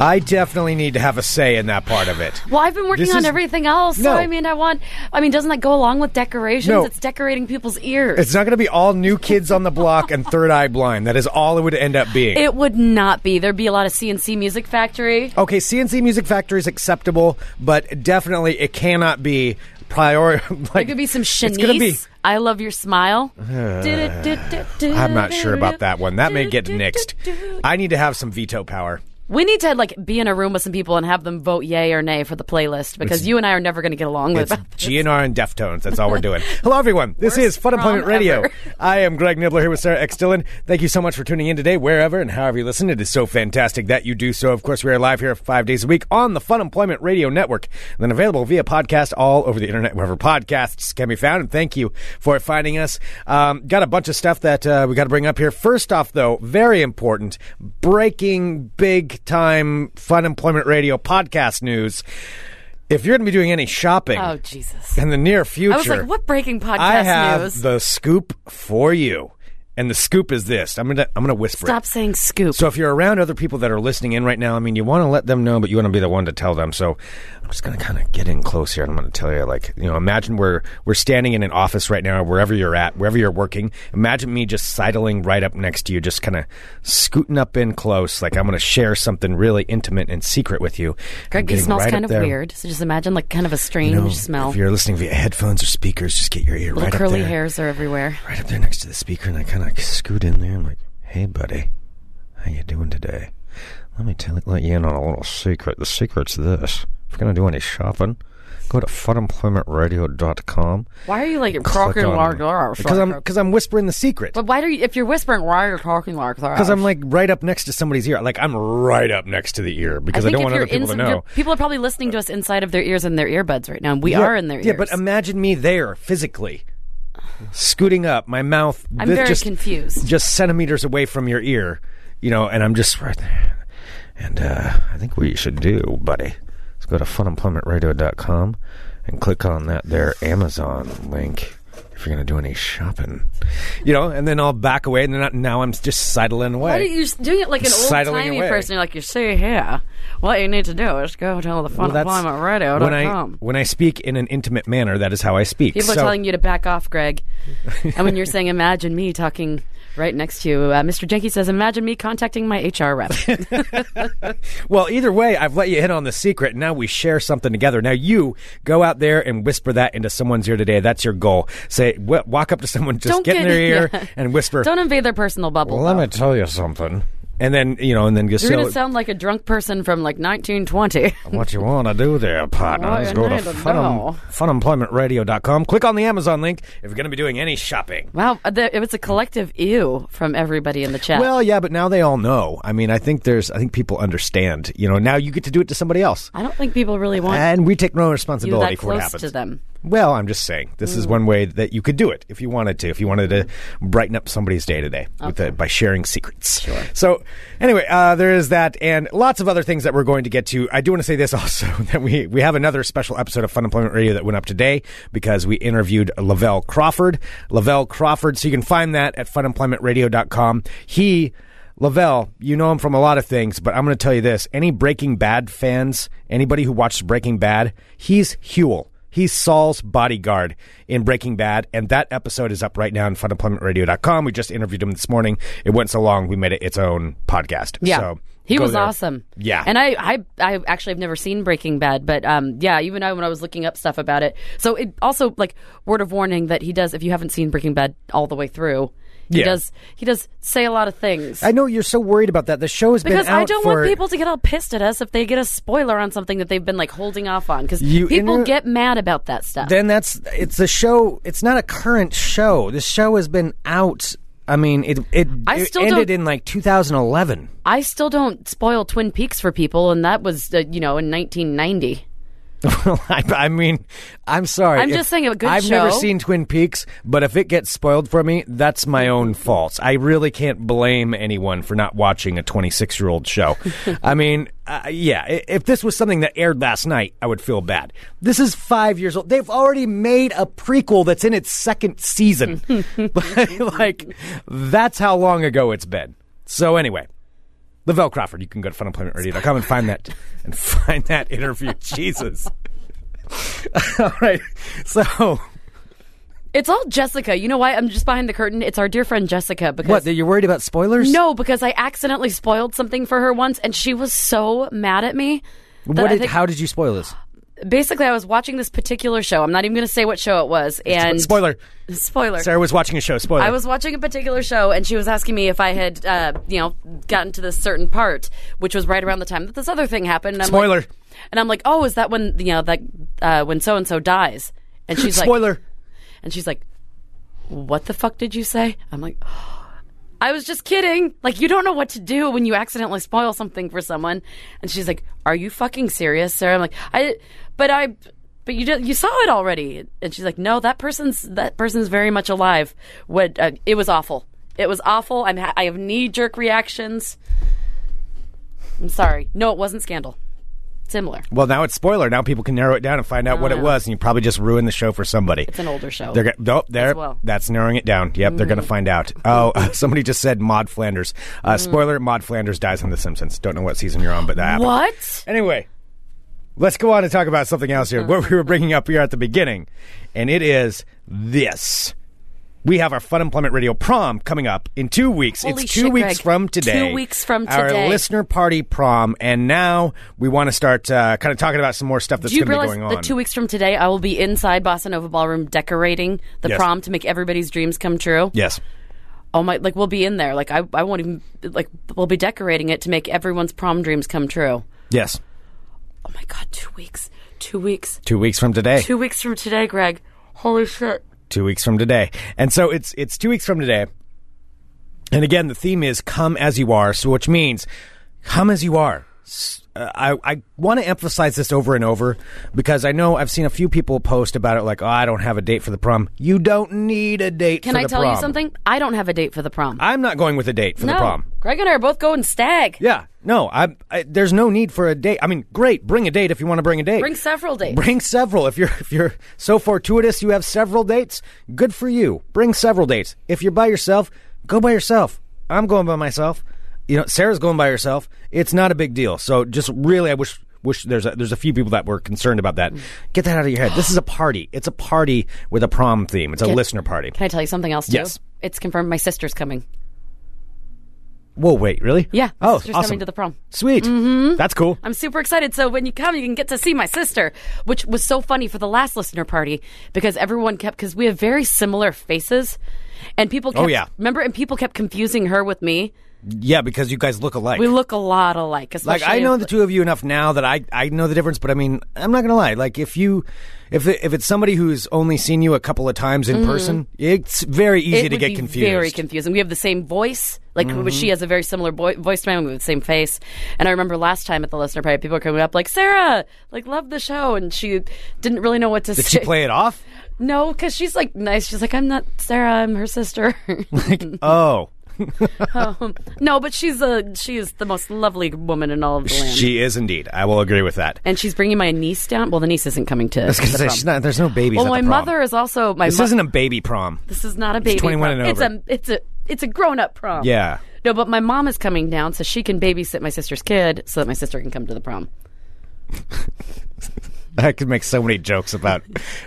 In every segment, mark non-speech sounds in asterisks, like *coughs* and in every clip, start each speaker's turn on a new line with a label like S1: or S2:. S1: I definitely need to have a say in that part of it.
S2: Well, I've been working
S1: This
S2: on
S1: is-
S2: everything else.
S1: No.
S2: So, I mean, I want, I mean, doesn't that go along with decorations?
S1: No.
S2: It's decorating people's ears.
S1: It's not going to be all new kids on the block and third eye blind. That is all it would end up being.
S2: it would not be. There'd be a lot of CNC Music Factory.
S1: okay, CNC Music Factory is acceptable, but definitely it cannot be prior. *laughs* Like,
S2: It could be some
S1: It's going to be.
S2: Shanice. I love your smile. I'm
S1: *sighs* I'm not sure about that one. That may get nixed. I need to have some veto power.
S2: We need to like be in a room with some people and have them vote yay or nay for the playlist because you and I are never going to get along with.
S1: It's GNR and Deftones. That's all we're
S2: *laughs*
S1: doing. Hello, everyone. This is
S2: Worst
S1: Fun
S2: prom
S1: Employment Radio.
S2: ever.
S1: *laughs* I am Greg Nibbler here with Sarah X. Dillon. Thank you so much for tuning in today, wherever and however you listen. It is so fantastic that you do so. Of course, we are live here five days a week on the Fun Employment Radio Network, and then available via podcast all over the internet, wherever podcasts can be found. And thank you for finding us. Um, got a bunch of stuff that uh, we got to bring up here. First off, though, very important breaking big time Fun Employment Radio podcast news. If you're going to be doing any shopping,
S2: *laughs* Oh Jesus!
S1: in the near future.
S2: I was like, what breaking podcast
S1: I have
S2: news?
S1: the scoop for you, and the scoop is this. I'm gonna I'm gonna whisper.
S2: Stop
S1: It.
S2: saying scoop.
S1: So if you're around other people that are listening in right now, I mean, you want to let them know, but you want to be the one to tell them. So I'm just gonna kind of get in close here, and I'm gonna tell you, like, you know, imagine we're we're standing in an office right now, wherever you're at, wherever you're working. Imagine me just sidling right up next to you, just kind of scooting up in close, like I'm gonna share something really intimate and secret with you. I'm
S2: Greg, he
S1: getting
S2: smells
S1: right
S2: kind
S1: up
S2: of
S1: there.
S2: weird. So just imagine like kind of a strange
S1: You know,
S2: smell.
S1: If you're listening via headphones or speakers, just get your ear
S2: Little
S1: right
S2: curly
S1: up there,
S2: hairs are everywhere.
S1: right up there next to the speaker, and I kind of scoot in there. I'm like, "Hey, buddy, how you doing today? Let me tell let you in on a little secret. The secret's this: if you're gonna do any shopping, go to funemploymentradio.com.
S2: Why are you like
S1: Click
S2: talking
S1: on-
S2: like that?
S1: because I'm because I'm whispering the secret.
S2: But why do you? If you're whispering, why are you talking like that?
S1: Because I'm like right up next to somebody's ear. Like I'm right up next to the ear because I,
S2: think
S1: don't
S2: if
S1: want
S2: you're
S1: other people to
S2: inside- you're-
S1: know.
S2: People are probably listening to us inside of their ears and their earbuds right now, and we
S1: Yeah,
S2: are in their ears.
S1: Yeah, but imagine me there physically, scooting up, my mouth.
S2: I'm
S1: thi-
S2: very
S1: just,
S2: confused.
S1: *laughs* Just centimeters away from your ear, you know, and I'm just right there. And uh, I think what you should do, buddy, is go to funemploymentradio.com and click on that there Amazon link. If you're gonna do any shopping, you know, and then I'll back away, and then I- now I'm just sidling away.
S2: Why are you doing it like an old
S1: Sidling
S2: timey
S1: away.
S2: person? You're like, you see here, what you need to do is go to the fun
S1: Well, that's-
S2: employment radio
S1: when
S2: dot
S1: I
S2: com.
S1: when I speak in an intimate manner, that is how I speak.
S2: People
S1: so,
S2: are telling you to back
S1: *laughs*
S2: off, Greg. and when you're saying, imagine me talking right next to you, uh, Mr. Jenke says, imagine me contacting my HR rep.
S1: Well, either way, I've let you in on the secret. Now we share something together. Now you go out there and whisper that into someone's ear today. That's your goal. Say, w- walk up to someone, just
S2: Don't
S1: get, in
S2: get-
S1: their ear
S2: yeah.
S1: and whisper.
S2: Don't invade their personal bubble.
S1: well, let
S2: though.
S1: me tell you something. And then you know, and then just
S2: You're going
S1: say,
S2: to sound like a drunk person from like 1920.
S1: *laughs* what you want to do there, partner?
S2: What
S1: is
S2: you
S1: go to
S2: need to
S1: funem-
S2: know.
S1: funemploymentradio.com. Click on the Amazon link if you're going to be doing any shopping.
S2: wow, uh, the, it was a collective ew from everybody in the chat.
S1: Well, yeah, but now they all know. I mean, I think there's, I think people understand. You know, now you get to do it to somebody else,
S2: I don't think people really want
S1: and we take no
S2: you
S1: responsibility
S2: that
S1: for what
S2: close
S1: happens
S2: to them.
S1: Well, I'm just saying this is one way that you could do it if you wanted to. If you wanted to brighten up somebody's day today with the, by sharing secrets. Sure. So, anyway, uh, there is that, and lots of other things that we're going to get to. I do want to say this *laughs* also that we we have another special episode of Fun Employment Radio that went up today because we interviewed Lavelle Crawford. Lavelle Crawford. So you can find that at funemploymentradio.com. He Lavelle, you know him from a lot of things, but I'm going to tell you this: any Breaking Bad fans, anybody who watches Breaking Bad, he's Huel. He's Saul's bodyguard in Breaking Bad, and that episode is up right now on funemploymentradio.com. We just interviewed him this morning. It went so long, we made it its own podcast.
S2: Yeah.
S1: So
S2: he
S1: go
S2: was
S1: there.
S2: awesome.
S1: Yeah.
S2: And I, I, I actually have never seen Breaking Bad, but um, yeah, even I, when I was looking up stuff about it. So it also, like, word of warning that he does, if you haven't seen Breaking Bad all the way through, he
S1: Yeah.
S2: does, he does say a lot of things.
S1: I know you're so worried about that. The show has
S2: because
S1: been out
S2: I don't
S1: for
S2: want people to get all pissed at us if they get a spoiler on something that they've been like holding off on because
S1: You
S2: people
S1: inter-
S2: get mad about that stuff.
S1: then that's it's a show. It's not a current show. The show has been out. I mean, it it,
S2: I
S1: it
S2: still
S1: ended
S2: don't-
S1: in like 2011.
S2: I still don't spoil Twin Peaks for people, and that was uh, you know in 1990.
S1: well, *laughs* I, I mean, I'm sorry.
S2: I'm
S1: If-
S2: just saying a good
S1: I've never
S2: show-
S1: seen Twin Peaks, but if it gets spoiled for me, that's my own fault. I really can't blame anyone for not watching a 26 year old
S2: *laughs*
S1: show. I mean, uh, yeah, i- if this was something that aired last night, I would feel bad. This is five years old. They've already made a prequel that's in its second
S2: *laughs*
S1: season. *laughs* like, that's how long ago it's been. So, anyway. Lavelle Crawford. You can go to funemploymentradio.com and find that and *laughs* find that
S2: *laughs*
S1: interview. Jesus. *laughs* All right. So
S2: It's all Jessica. You know why? I'm just behind the curtain. It's our dear friend Jessica because
S1: what? That you're worried about spoilers?
S2: no, because I accidentally spoiled something for her once, and she was so mad at me. that
S1: What
S2: I
S1: did,
S2: think-
S1: how did you spoil this?
S2: Basically, I was watching this particular show. I'm not even going to say what show it was. And
S1: spoiler.
S2: spoiler.
S1: Sarah was watching a show. Spoiler.
S2: I was watching a particular show, and she was asking me if I had, uh, you know, gotten to this certain part, which was right around the time that this other thing happened. And I'm
S1: Spoiler.
S2: Like, and I'm like, oh, is that when you know that uh, when so and so dies? And she's like,
S1: spoiler.
S2: and she's like, what the fuck did you say? I'm like. I was just kidding. Like, you don't know what to do when you accidentally spoil something for someone. And she's like, Are you fucking serious, Sarah? I'm like, I, but I, but you just, you saw it already. And she's like, No, that person's, that person's very much alive. What, uh, it was awful. It was awful. I'm, ha- I have knee jerk reactions. I'm sorry. No, it wasn't Scandal. Similar.
S1: well, now it's spoiler. Now people can narrow it down and find out what it was, and you probably just ruined the show for somebody.
S2: Oh, It's an older show.
S1: They're gonna, nope, there.
S2: well. Mm-hmm.
S1: That's narrowing it down. Yep, they're going to find out. Oh, *laughs* somebody just said Maud Flanders.
S2: Mm.
S1: Uh, Spoiler: Maud Flanders dies on The Simpsons. Don't know what season you're on, but that happened.
S2: What?
S1: Anyway, let's go on and talk about something else here. what we were bringing up here at the beginning, and it is this. We have our Fun Employment Radio prom coming up in two weeks.
S2: Holy
S1: it's two
S2: shit,
S1: weeks
S2: Greg.
S1: from today.
S2: Two weeks from
S1: Our
S2: today.
S1: listener party prom. And now we want to start uh, kind of talking about some more stuff that's
S2: Do you
S1: going to be
S2: realize
S1: going on.
S2: that two weeks from today, I will be inside Bossa Nova Ballroom decorating the
S1: Yes.
S2: prom to make everybody's dreams come true?
S1: yes.
S2: Oh my! Like we'll be in there. Like I, I won't even like we'll be decorating it to make everyone's prom dreams come true.
S1: Yes.
S2: Oh my god! Two weeks. Two weeks.
S1: Two weeks from today.
S2: Two weeks from today, Greg. Holy shit!
S1: two weeks from today. And so it's it's two weeks from today. And again, the theme is "Come as you are," so which means come as you are. S- uh, I, I want to emphasize this over and over because I know I've seen a few people post about it, like, "Oh, I don't have a date for the prom." You don't need a date.
S2: Can
S1: for
S2: I
S1: the
S2: tell
S1: prom.
S2: you something? I don't have a date for the prom.
S1: I'm not going with a date for
S2: no,
S1: the prom.
S2: Greg and I are both going stag.
S1: Yeah, no, I, I there's no need for a date. I mean, great, bring a date if you want to bring a date.
S2: Bring several dates.
S1: Bring several. If you're if you're so fortuitous you have several dates, good for you. Bring several dates. If you're by yourself, go by yourself. I'm going by myself. You know, Sarah's going by herself. It's not a big deal. So just really I wish wish there's a, there's a few people that were concerned about that.
S2: Mm.
S1: Get that out of your head. This is a party. It's a party with a prom theme. It's a listener party.
S2: Can I tell you something else too?
S1: Yes.
S2: It's confirmed. My sister's coming.
S1: Whoa, wait, really?
S2: Yeah. my
S1: Oh,
S2: sister's
S1: awesome.
S2: coming to the prom.
S1: Sweet. Mm-hmm. That's cool.
S2: I'm super excited. So when you come, you can get to see my sister, which was so funny for the last listener party because everyone kept because we have very similar faces, and people kept,
S1: Oh, yeah.
S2: remember, and people kept confusing her with me.
S1: Yeah, because you guys look alike.
S2: We look a lot
S1: like
S2: alike. Especially
S1: I know the two of you enough now that I I know the difference. But I mean, I'm not gonna lie. Like if you if it, if it's somebody who's only seen you a couple of times in person, it's very easy
S2: Mm-hmm. it
S1: to
S2: would
S1: get
S2: be
S1: confused. Mm-hmm.
S2: Very confusing. We have the same voice. Like she has a very similar boi- voice to mine. We have the same face. And I remember last time at the listener party, people were coming up like Sarah, like love the show, and she didn't really know what to
S1: Did
S2: say.
S1: she play it
S2: *laughs*
S1: off?
S2: No, because she's like nice. She's like I'm not Sarah. I'm her sister. *laughs*
S1: Oh,
S2: No, but she's a she is the most lovely woman in all of the land.
S1: she is indeed. I will agree with that.
S2: and she's bringing my niece down. Well, the niece isn't coming to.
S1: I was gonna
S2: the
S1: say,
S2: prom.
S1: she's not, there's no babies.
S2: well,
S1: at
S2: my
S1: the prom.
S2: mother is also my.
S1: This
S2: mo-
S1: isn't a baby prom.
S2: This is not a baby.
S1: 21
S2: prom.
S1: and
S2: it's
S1: over.
S2: a it's a it's a grown up prom.
S1: Yeah.
S2: No, but my mom is coming down, so she can babysit my sister's kid, so that my sister can come to the prom.
S1: *laughs* I could make so many jokes about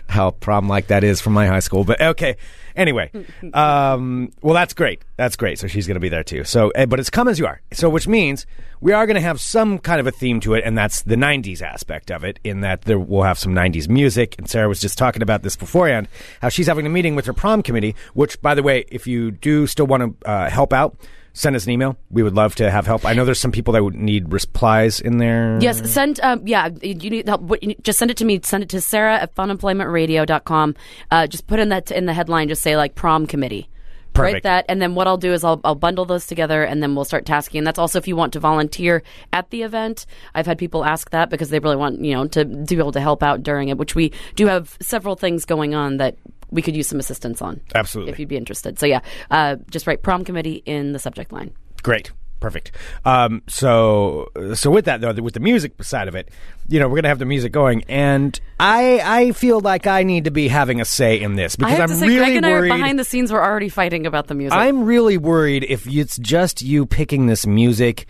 S1: how prom like that is from my high school, but okay. Anyway, um, well, that's great. That's great. So she's going to be there too. So, eh, but it's come as you are. So, which means we are going to have some kind of a theme to it, and that's the '90s aspect of it. In that there we'll have some '90s music. And Sarah was just talking about this beforehand, how she's having a meeting with her prom committee. Which, by the way, if you do still want to uh, help out. Send us an email. We would love to have help. I know there's some people that would need replies in there.
S2: Yes, send. Um, yeah, you need help. What, you need, just send it to me. Send it to Sarah at funemploymentradio.com. Uh, just put in that in the headline. Just say like prom committee.
S1: Perfect.
S2: Write that, and then what I'll do is I'll, I'll bundle those together, and then we'll start tasking. And that's also if you want to volunteer at the event. I've had people ask that because they really want you know to, to be able to help out during it, which we do have several things going on that we could use some assistance on.
S1: Absolutely.
S2: if you'd be interested. So yeah, uh, just write prom committee in the subject line.
S1: Great. Perfect. Um, so, so with that though, with the music side of it, you know, we're gonna have the music going, and I, I feel like I need to be having a say in this because
S2: I have
S1: am
S2: to say,
S1: really
S2: Greg and I
S1: worried.
S2: are behind the scenes. We're already fighting about the music.
S1: I'm really worried if it's just you picking this music.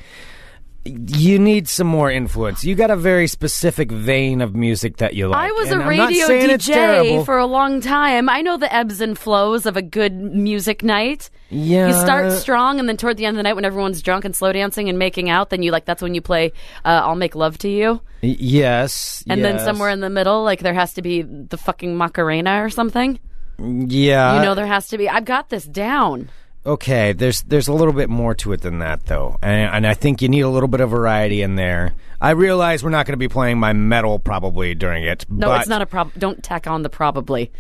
S1: You need some more influence. You got a very specific vein of music that you like.
S2: I was
S1: and
S2: a
S1: I'm not
S2: radio
S1: saying it's
S2: DJ
S1: terrible.
S2: for a long time. I know the ebbs and flows of a good music night.
S1: Yeah.
S2: You start strong, and then toward the end of the night, when everyone's drunk and slow dancing and making out, then you like that's when you play uh, "I'll Make Love to You,"
S1: Y- yes,
S2: and then
S1: yes.
S2: somewhere in the middle, like there has to be the fucking Macarena or something.
S1: yeah,
S2: You know, there has to be. I've got this down.
S1: Okay, there's there's a little bit more to it than that though, and, and I think you need a little bit of variety in there. I realize we're not going to be playing my metal probably during it.
S2: No,
S1: but
S2: it's not a problem. Don't tack on the probably.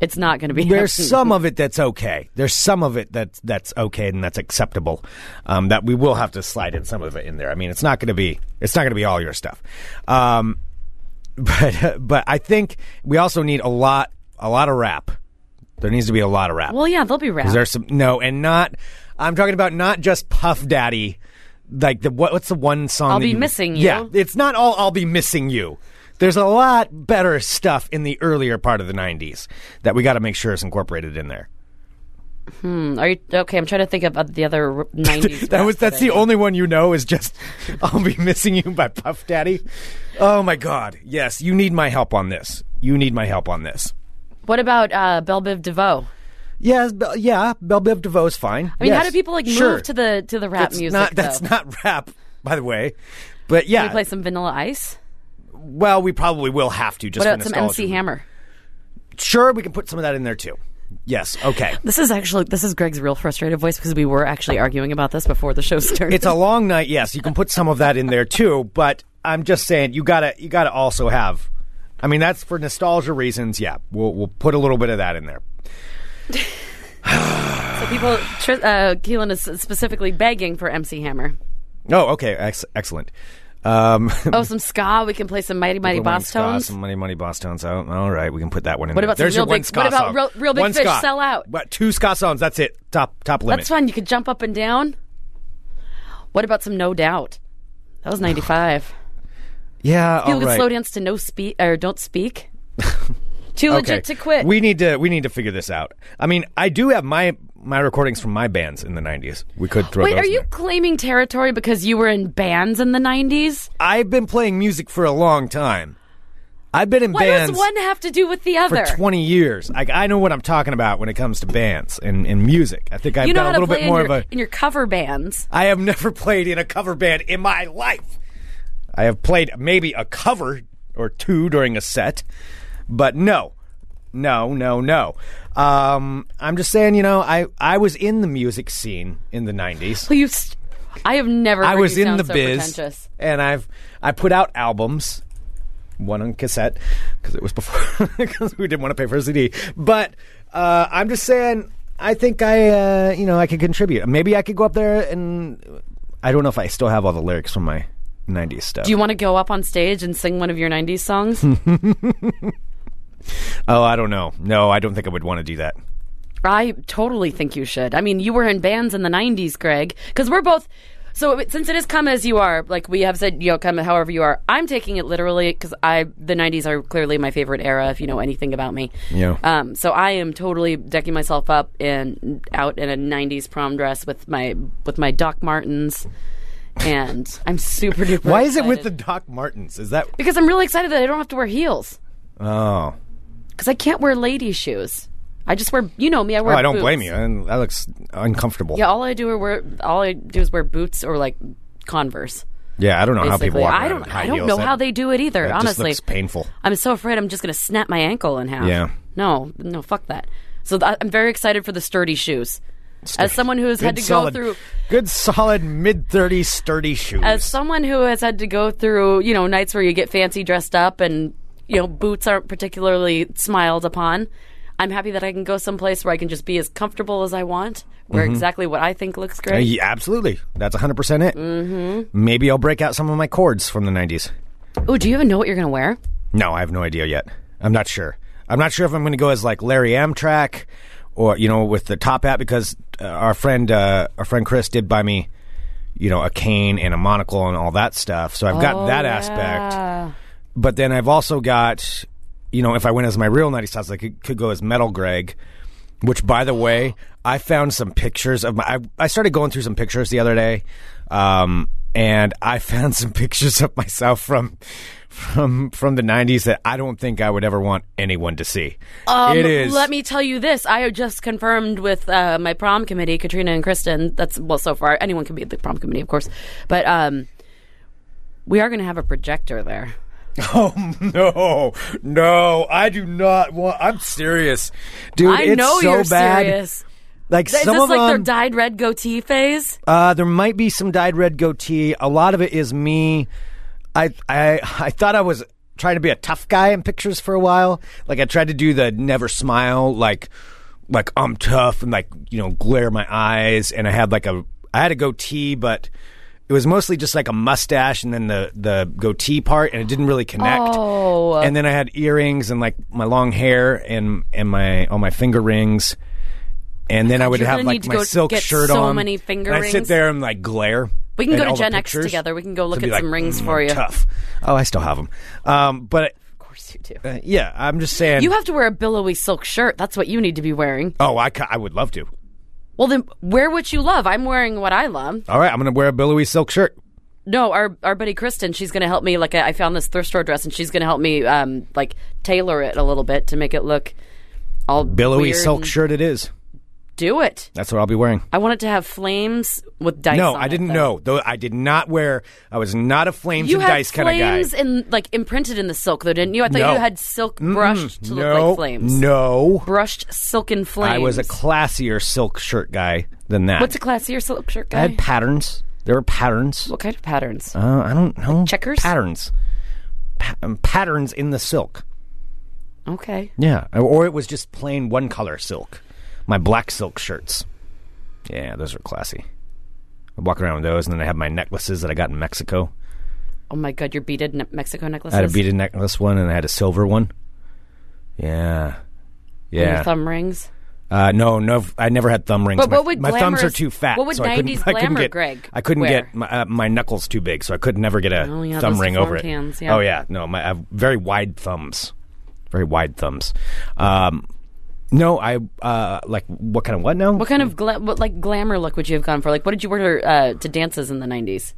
S2: It's not going to
S1: *laughs*
S2: be.
S1: There's
S2: happening.
S1: some of it that's okay. There's some of it that's that's okay and that's acceptable. Um, that we will have to slide in some of it in there. I mean, it's not going to be it's not going to be all your stuff. Um, *laughs* but but I think we also need a lot a lot of rap. There needs to be a lot of rap.
S2: Well, yeah, they'll be rap.
S1: Is there some no and not I'm talking about not just Puff Daddy. Like the what, what's the one song?
S2: I'll
S1: that
S2: Be Missing You.
S1: Yeah, it's not all I'll be missing you. There's a lot better stuff in the earlier part of the '90s that we got to make sure is incorporated in there.
S2: Mm, Are you okay? I'm trying to think of the other
S1: *laughs*
S2: '90s.
S1: That
S2: rap
S1: was that's
S2: that I
S1: the only one you know is just *laughs* "I'll Be Missing You" by Puff Daddy. Oh my God! Yes, you need my help on this. You need my help on this.
S2: What about uh, Belle Biv DeVoe?
S1: Yes, Bel- yeah, Belle Biv DeVoe's fine.
S2: I mean, how do people like
S1: Sure.
S2: move to the to the rap
S1: That's
S2: music?
S1: Not, that's
S2: though?
S1: not rap, by the way. But
S2: Can
S1: yeah,
S2: we play some Vanilla Ice?
S1: well, we probably will have to. Just
S2: What
S1: for
S2: about some
S1: nostalgia.
S2: MC Hammer?
S1: Sure, we can put some of that in there too. Yes, okay.
S2: This is actually this is Greg's real frustrated voice because we were actually arguing about this before the show started.
S1: it's a long night. Yes, you can put some of that in there too. But I'm just saying, you gotta, you gotta also have. I mean, that's for nostalgia reasons. Yeah, we'll we'll put a little bit of that in there. *laughs*
S2: so people. Tr- uh, Keelan is specifically begging for MC Hammer.
S1: Oh, okay, ex- excellent. Um, *laughs*
S2: Oh, some ska. We can play some Mighty Mighty Boss
S1: Ska,
S2: Tones.
S1: Some money, money, boss tones. Oh, all right, we can put that one in.
S2: What
S1: there.
S2: about some
S1: There's
S2: Real
S1: your one
S2: Big-
S1: ska
S2: what about
S1: song.
S2: Real- Real Big
S1: One
S2: Fish
S1: ska.
S2: Sell Out?
S1: What two ska songs? That's it. Top top limit.
S2: That's fun. You could jump up and down. What about some No Doubt? That was '95.
S1: Yeah, all
S2: People could
S1: right.
S2: slow dance to No Speak or
S1: *laughs*
S2: Don't Speak. Too legit to quit.
S1: We need to we need to figure this out. I mean, I do have my my recordings from my bands in the '90s. We could throw.
S2: Wait,
S1: those
S2: are
S1: in
S2: you
S1: there.
S2: claiming territory because you were in bands in the 90s?
S1: I've been playing music for a long time. I've been in
S2: What
S1: bands
S2: does one have to do with the
S1: for
S2: other?
S1: 20 years. Like I know what I'm talking about when it comes to bands and, and music. I think I've
S2: you know
S1: got
S2: how
S1: a little
S2: to play
S1: bit more
S2: in, your,
S1: of a.
S2: in your cover bands.
S1: I have never *laughs* played in a cover band in my life. I have played maybe a cover or two during a set, but no, no, no, no. Um, I'm just saying, you know, I, I was in the music scene in the 90s.
S2: Well, you st- I have never.
S1: I
S2: heard
S1: was
S2: you
S1: in
S2: sound
S1: the
S2: so
S1: biz,
S2: pretentious.
S1: and I've I put out albums, one on cassette because it was before *laughs* because we didn't want to pay for a CD. But uh, I'm just saying, I think I uh, you know I could contribute. Maybe I could go up there and I don't know if I still have all the lyrics from my '90s stuff.
S2: Do you want to go up on stage and sing one of your 90s songs?
S1: oh, I don't know. No, I don't think I would want to do that.
S2: I totally think you should. I mean, you were in bands in the 90s, Greg, because we're both. So it- since it is come as you are, like we have said, you know, come however you are. I'm taking it literally because I the '90s are clearly my favorite era. If you know anything about me,
S1: Yeah.
S2: Um, so I am totally decking myself up and out in a '90s prom dress with my with my Doc Martens, and I'm super duper.
S1: Why is it with the
S2: excited.
S1: Doc Martens? Is that
S2: Because I'm really excited that I don't have to wear heels
S1: oh?
S2: because I can't wear lady shoes. I just wear, you know me. I
S1: Oh,
S2: wear.
S1: I don't
S2: boots.
S1: blame you. And That looks uncomfortable.
S2: Yeah, all I do are wear all I do is wear boots or like Converse.
S1: Yeah, I don't know how people
S2: Basically,
S1: walk around
S2: I
S1: in
S2: don't
S1: high
S2: I don't
S1: heels.
S2: know
S1: That-
S2: how they do it either.
S1: that just
S2: honestly,
S1: looks painful.
S2: I'm so afraid I'm just going to snap my ankle in half.
S1: Yeah.
S2: No, no, fuck that. So th- I'm very excited for the sturdy shoes. As someone who has had
S1: Good
S2: to
S1: solid-
S2: go through
S1: good solid mid 30s sturdy shoes.
S2: as someone who has had to go through, you know, nights where you get fancy dressed up and you know boots aren't particularly smiled upon. I'm happy that I can go someplace where I can just be as comfortable as I want, wear
S1: Mm-hmm.
S2: exactly what I think looks
S1: Uh,
S2: great.
S1: yeah, absolutely. That's 100% it. Mm-hmm. Maybe I'll break out some of my chords from the 90s.
S2: Oh, do you even know what you're going to wear?
S1: No, I have no idea yet. I'm not sure. I'm not sure if I'm going to go as like Larry Amtrak or, you know, with the top hat because uh, our friend, uh, our friend Chris did buy me, you know, a cane and a monocle and all that stuff. So I've got that aspect.
S2: Oh, Yeah.
S1: But then I've also got, you know, if I went as my real 90s house, I could, could go as Metal Greg, which, by the way, I found some pictures of my. I, I started going through some pictures the other day, um, and I *laughs* found some pictures of myself from. From from the '90s that I don't think I would ever want anyone to see. it is.
S2: Um, Let me tell you this. I just confirmed with uh, my prom committee, Katrina and Kristen. That's, well, so far, anyone can be at the prom committee, of course. But um, we are going to have a projector there.
S1: *laughs* Oh no, no! I do not want. I'm serious, dude.
S2: I
S1: it's
S2: know
S1: so
S2: you're
S1: bad.
S2: serious.
S1: Like
S2: Is
S1: some
S2: this
S1: of
S2: like their
S1: them-
S2: dyed red goatee phase?
S1: Uh, there might be some dyed red goatee. A lot of it is me. I I I thought I was trying to be a tough guy in pictures for a while. Like I tried to do the never smile, like like I'm tough and like you know glare my eyes. And I had like a I had a goatee, but it was mostly just like a mustache and then the the goatee part, and it didn't really connect.
S2: Oh.
S1: And then I had earrings and like my long hair and and my all my finger rings. And then I would
S2: you're
S1: have
S2: gonna
S1: like
S2: need to
S1: my
S2: go
S1: silk
S2: get
S1: shirt
S2: so
S1: on.
S2: many finger
S1: and I'd sit
S2: rings.
S1: there and like glare.
S2: We can
S1: at
S2: go to
S1: all the
S2: Gen X
S1: pictures
S2: together. We can go
S1: to
S2: look
S1: be
S2: at
S1: like,
S2: some rings
S1: "Mm,
S2: for you."
S1: Tough. Oh, I still have them. Um, but
S2: Of course you do.
S1: uh, yeah, I'm just saying.
S2: You have to wear a billowy silk shirt. That's what you need to be wearing.
S1: Oh, I, ca- I would love to.
S2: Well, then wear what you love. I'm wearing what I love.
S1: All right, I'm gonna wear a billowy silk shirt.
S2: No, our our buddy Kristen, she's going to help me. Like I, I found this thrift store dress, and she's going to help me um like tailor it a little bit to make it look all
S1: Billowy
S2: weird
S1: silk
S2: and-
S1: shirt. It is.
S2: Do it.
S1: That's what I'll be wearing.
S2: I want it to have flames with dice.
S1: no,
S2: on
S1: I
S2: it,
S1: didn't
S2: though.
S1: know. Though I did not wear. I was not a flames
S2: You
S1: and
S2: had
S1: dice kind of guy.
S2: flames in like imprinted in the silk, though, didn't you? I thought
S1: No.
S2: you had silk brushed to
S1: no,
S2: look like flames.
S1: no.
S2: brushed silken flames.
S1: I was a classier silk shirt guy than that.
S2: What's a classier silk shirt
S1: I
S2: guy?
S1: had patterns. There were patterns.
S2: what kind of patterns?
S1: Uh, I don't know.
S2: checkers?
S1: Patterns. Pa- um, patterns in the silk.
S2: Okay.
S1: Yeah. Or it was just plain one color silk. My black silk shirts. Yeah, those are classy. I walk around with those, and then I have my necklaces that I got in Mexico.
S2: Oh my god, your beaded ne- Mexico necklaces.
S1: I had a beaded necklace one, and I had a silver one. Yeah.
S2: and your
S1: Yeah.
S2: thumb rings.
S1: Uh, no, no, I never had thumb rings.
S2: But
S1: my,
S2: what would
S1: my thumbs are
S2: glamorous-
S1: too fat.
S2: what would
S1: so I couldn't-
S2: 90s
S1: I couldn't
S2: glamour
S1: get,
S2: Greg
S1: I couldn't
S2: wear?
S1: get my, uh, my knuckles too big, so I could never get a
S2: Oh, yeah,
S1: thumb
S2: those
S1: ring over it.
S2: deformed hands, yeah.
S1: Oh yeah, no, my I have very wide thumbs, very wide thumbs. Um, no, I uh, like what kind of what now?
S2: What kind of gla- what like glamour look would you have gone for? Like, what did you wear to, uh, to dances in the nineties?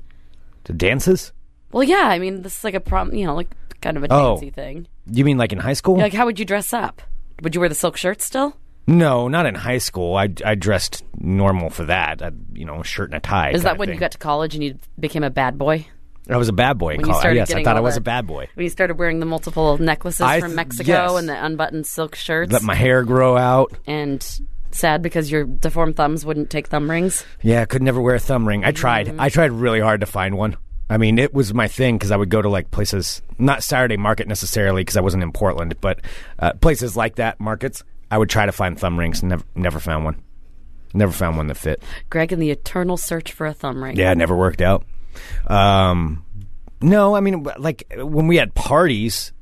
S1: The dances?
S2: Well, yeah, I mean, this is like a prom, you know, like kind of a
S1: Oh.
S2: dancey thing.
S1: You mean like in high school?
S2: Like, how would you dress up? Would you wear the silk shirt still?
S1: no, not in high school. I, I dressed normal for that. I, you know, shirt and a tie.
S2: Is
S1: kinda
S2: that when
S1: thing.
S2: you got to college and you became a bad boy?
S1: I was a bad boy in
S2: When you
S1: college.
S2: started
S1: Yes, I
S2: getting
S1: thought I
S2: all
S1: was a
S2: the-
S1: bad boy.
S2: When you started wearing the multiple necklaces
S1: I
S2: from
S1: th-
S2: Mexico
S1: yes.
S2: and the unbuttoned silk shirts?
S1: Let my hair grow out.
S2: and sad because your deformed thumbs wouldn't take thumb rings.
S1: Yeah, I could never wear a thumb ring. I tried.
S2: Mm-hmm.
S1: I tried really hard to find one. I mean, it was my thing because I would go to like places, not Saturday market necessarily because I wasn't in Portland, but uh, places like that, markets. I would try to find thumb rings. Never, never found one. Never found one that fit.
S2: Greg and the eternal search for a thumb ring.
S1: Yeah, it never worked out. Um, no, I mean, like when we had parties.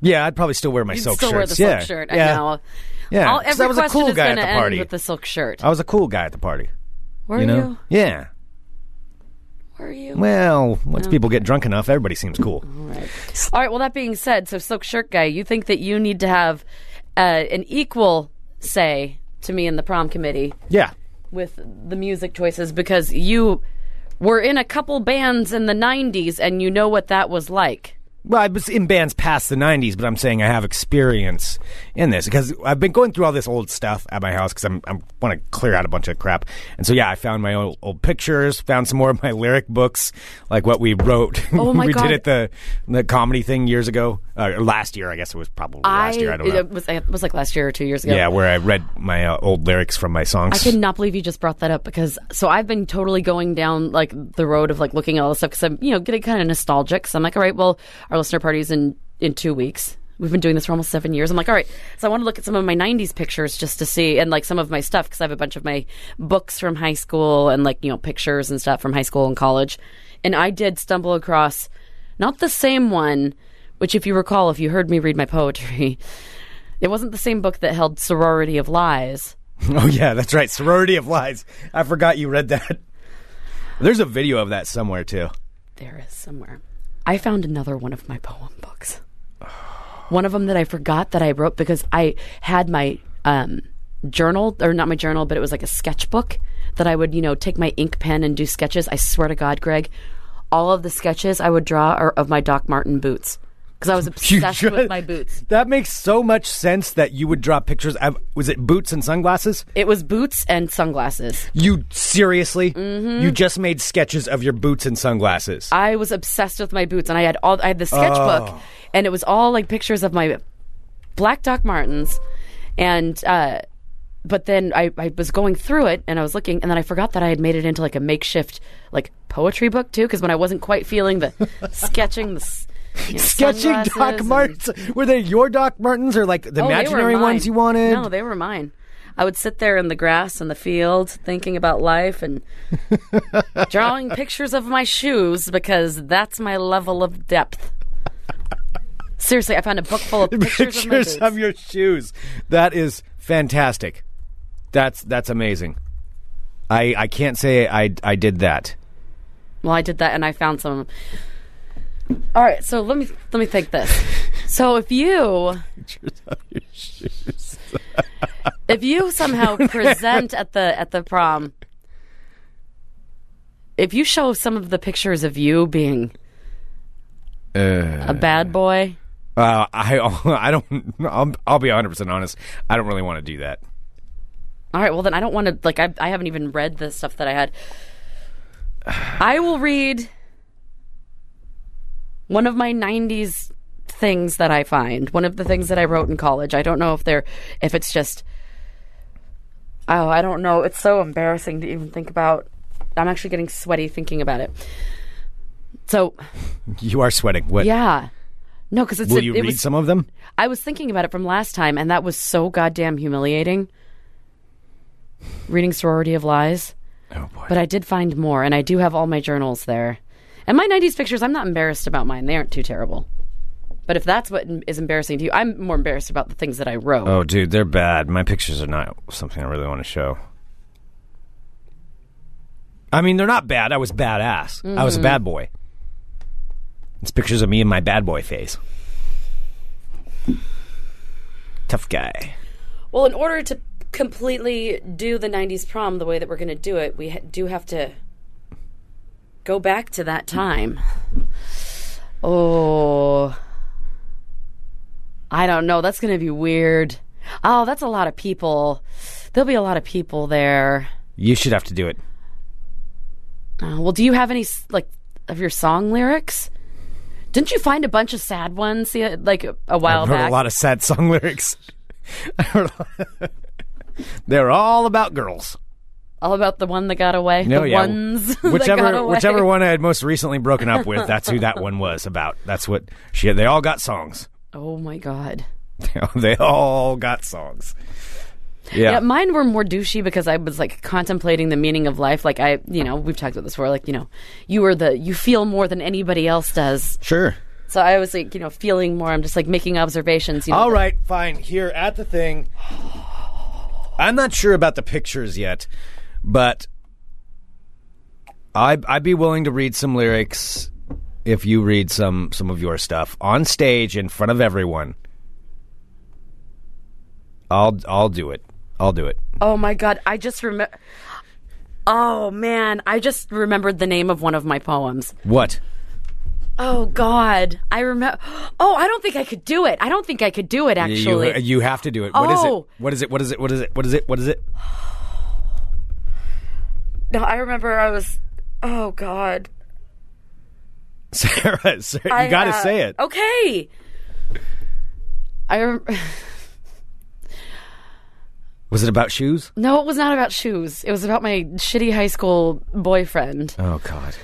S1: Yeah, I'd probably still wear my
S2: You'd
S1: silk
S2: still
S1: shirts.
S2: wear the silk
S1: yeah.
S2: shirt.
S1: yeah.
S2: I know.
S1: Yeah,
S2: All,
S1: 'cause
S2: every
S1: I was a
S2: question
S1: cool
S2: is
S1: guy at
S2: gonna
S1: the
S2: end
S1: party.
S2: with the silk shirt.
S1: I was a cool guy at the party.
S2: Were
S1: you
S2: you?
S1: know? Yeah.
S2: Were you?
S1: Well, once
S2: Oh.
S1: people get drunk enough, everybody seems cool.
S2: All right. Well, that being said, so silk shirt guy, you think that you need to have uh, an equal say to me in the prom committee
S1: Yeah.
S2: with the music choices because you were in a couple bands in the '90s and you know what that was like.
S1: Well, I was in bands past the 90s, but I'm saying I have experience in this because I've been going through all this old stuff at my house because I'm, I want to clear out a bunch of crap. And so, yeah, I found my old, old pictures, found some more of my lyric books, like what we wrote.
S2: Oh,
S1: *laughs*
S2: my
S1: we
S2: God.
S1: did at the, the comedy thing years ago. Uh, or last year, I guess it was probably last year. I don't know.
S2: It was, it was like last year or two years ago.
S1: yeah, where I read my uh, old lyrics from my songs.
S2: I cannot believe you just brought that up because so I've been totally going down like the road of like looking at all this stuff because I'm you know getting kind of nostalgic. So I'm like, all right, well, our listener party's in in two weeks. We've been doing this for almost seven years. I'm like, all right. So I want to look at some of my 90s pictures just to see, and like some of my stuff, because I have a bunch of my books from high school and like, you know, pictures and stuff from high school and college. And I did stumble across not the same one, which, if you recall, if you heard me read my poetry, *laughs* it wasn't the same book that held Sorority of Lies.
S1: *laughs* Oh yeah, that's right. Sorority of Lies. I forgot you read that. There's a video of that somewhere too.
S2: There is somewhere. I found another one of my poem books. *sighs* One of them that I forgot that I wrote because I had my um, journal, or not my journal, but it was like a sketchbook that I would, you know, take my ink pen and do sketches. I swear to God, Greg, all of the sketches I would draw are of my Doc Martin boots because I was
S1: You
S2: obsessed
S1: should-
S2: with my boots.
S1: That makes so much sense that you would draw pictures. Of, was it boots and sunglasses?
S2: It was boots and sunglasses.
S1: You seriously? You just made sketches of your boots and sunglasses.
S2: Mm-hmm. I was obsessed with my boots, and I had all I had the sketchbook,
S1: Oh.
S2: and it was all like pictures of my black Doc Martens, and uh, but then I, I was going through it and I was looking, and then I forgot that I had made it into like a makeshift like poetry book too, because when I wasn't quite
S1: *laughs*
S2: feeling the sketching the s- you know,
S1: Sketching
S2: sunglasses
S1: Doc
S2: and-
S1: Martens. Were they your Doc Martens or like the
S2: Oh, they were
S1: imaginary
S2: mine.
S1: ones you wanted?
S2: No, they were mine. I would sit there in the grass in the field thinking about
S1: *laughs*
S2: life and drawing pictures of my shoes because that's my level of depth. Seriously, I found a book full of
S1: *laughs*
S2: pictures,
S1: pictures,
S2: of
S1: of,
S2: my boots.
S1: your shoes. That is fantastic. That's that's amazing. I I can't say I I did that.
S2: Well, I did that and I found some. All right, so let me let me think this. So if you
S1: Pictures of your shoes.
S2: if you somehow present at the at the prom if you show some of the pictures of you being a bad boy
S1: Uh, I *laughs* I don't. I'll, I'll be 100 percent honest. I don't really want to do that.
S2: all right well then i don't want to like I, I haven't even read the stuff that i had i will read one of my 90s things that i find one of the things that i wrote in college i don't know if they're if it's just oh i don't know it's so embarrassing to even think about i'm actually getting sweaty thinking about it so
S1: You are sweating. What?
S2: yeah no because it's
S1: Will
S2: it,
S1: you
S2: it
S1: read
S2: was,
S1: some of them?
S2: i was thinking about it from last time and that was so goddamn humiliating reading sorority of lies
S1: Oh boy.
S2: but I did find more, and I do have all my journals there. And my 90s pictures, I'm not embarrassed about mine. They aren't too terrible. But if that's what is embarrassing to you, I'm more embarrassed about the things that I wrote.
S1: oh, dude, they're bad. My pictures are not something I really want to show. I mean, they're not bad. I was badass. I
S2: Mm-hmm.
S1: was a bad boy. It's pictures of me in my bad boy phase. Tough guy.
S2: Well, in order to completely do the 90s prom the way that we're going to do it, we ha- do have to go back to that time. Oh. I don't know. That's going to be weird. Oh, that's a lot of people. There'll be a lot of people there.
S1: You should have to do it.
S2: Uh, well, do you have any s- like of your song lyrics? Didn't you find a bunch of sad ones the- like a- a
S1: I
S2: while
S1: wrote
S2: back?
S1: a lot of sad song *laughs* lyrics. I wrote a- *laughs* They're all about girls.
S2: All about the one that got away,
S1: No,
S2: the
S1: Oh, yeah.
S2: ones *laughs* that got
S1: Whichever
S2: away.
S1: whichever one I had most recently broken up with, that's who that one was about. That's what she. They all got songs. *laughs*
S2: Oh my god!
S1: they all got songs. Yeah.
S2: Yeah. mine were more douchey because I was like contemplating the meaning of life. Like I, you know, we've talked about this before. Like you know, you are the you feel more than anybody else does.
S1: Sure.
S2: So I was like, you know, feeling more. I'm just like making observations. You know,
S1: All
S2: that-
S1: right. Fine. Here at the thing. I'm not sure about the pictures yet, but I I'd be willing to read some lyrics if you read some some of your stuff on stage in front of everyone. I'll I'll do it. I'll do it.
S2: Oh my god, I just remember. Oh man, I just remembered the name of one of my poems.
S1: What?
S2: Oh God, I remember. Oh, I don't think I could do it. I don't think I could do it.
S1: You,
S2: Actually,
S1: you have to do it. What is
S2: Oh.
S1: it? What is it? What is it? What is it? What is it? What is it? *laughs*
S2: no, I remember. I was. Oh God,
S1: Sarah, Sarah, you
S2: I,
S1: got to
S2: uh,
S1: say it.
S2: Okay. I rem- *laughs*
S1: Was it about shoes?
S2: no, it was not about shoes. It was about my shitty high school boyfriend,
S1: Oh God!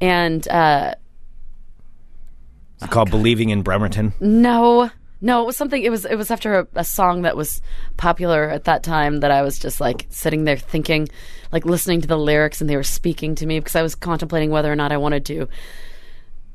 S2: and uh, Oh,
S1: It's called "Believing in Bremerton."
S2: no, No, it was something. It was it was after a, a song that was popular at that time that I was just like sitting there thinking, like listening to the lyrics, and they were speaking to me because I was contemplating whether or not I wanted to.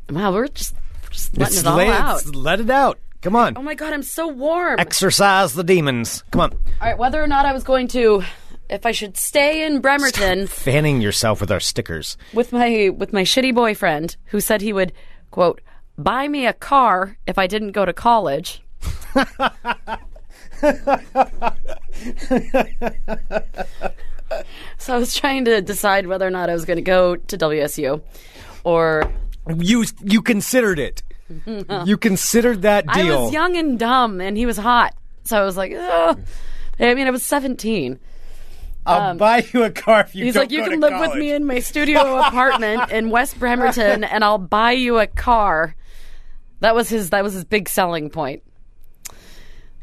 S2: Wow, we're just just letting
S1: It's
S2: it all
S1: let,
S2: out.
S1: it's- let it out. Come on.
S2: Oh my god, I'm so warm.
S1: Exercise the demons. Come on.
S2: all right, whether or not I was going to, if I should stay in Bremerton
S1: Fanning yourself with our stickers.
S2: with my with my shitty boyfriend who said he would quote buy me a car if I didn't go to college. so I was trying to decide whether or not I was going to go to WSU or
S1: You you considered
S2: *laughs*
S1: it. you considered that
S2: I
S1: deal.
S2: was young and dumb and he was hot. So I was like, Ugh. I mean, I was 17.
S1: I'll buy you a car if you
S2: um, He's
S1: don't
S2: like, you
S1: go to
S2: can live
S1: college."
S2: with me
S1: *laughs*
S2: in my studio apartment in West Bremerton, and I'll buy you a car. That was his. That was his big selling point.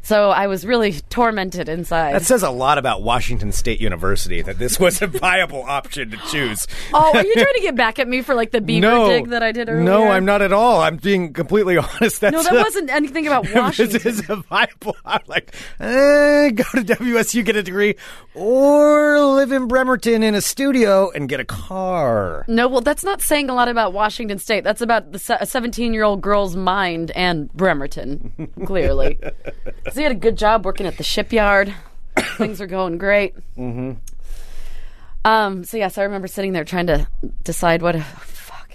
S2: So I was really tormented inside.
S1: That says a lot about Washington State University that this was a viable option to choose.
S2: oh, are
S1: *laughs*
S2: you trying to get back at me for like the beaver
S1: no,
S2: dig that I did earlier?
S1: No, I'm not at all. I'm being completely *laughs* honest. That's
S2: No, that
S1: a-
S2: wasn't anything
S1: *laughs*
S2: about
S1: This
S2: Washington.
S1: is a viable. *laughs* I'm like, eh, go to WSU, get a degree, or live in Bremerton in a studio and get a car.
S2: No, well, that's not saying a lot about Washington State. That's about the se- a 17 year old girl's mind and Bremerton, clearly. 'Cause he had a good job working at the shipyard. Things were going great. Mm-hmm. Um, so, yes, I remember sitting there trying to decide what, fuck,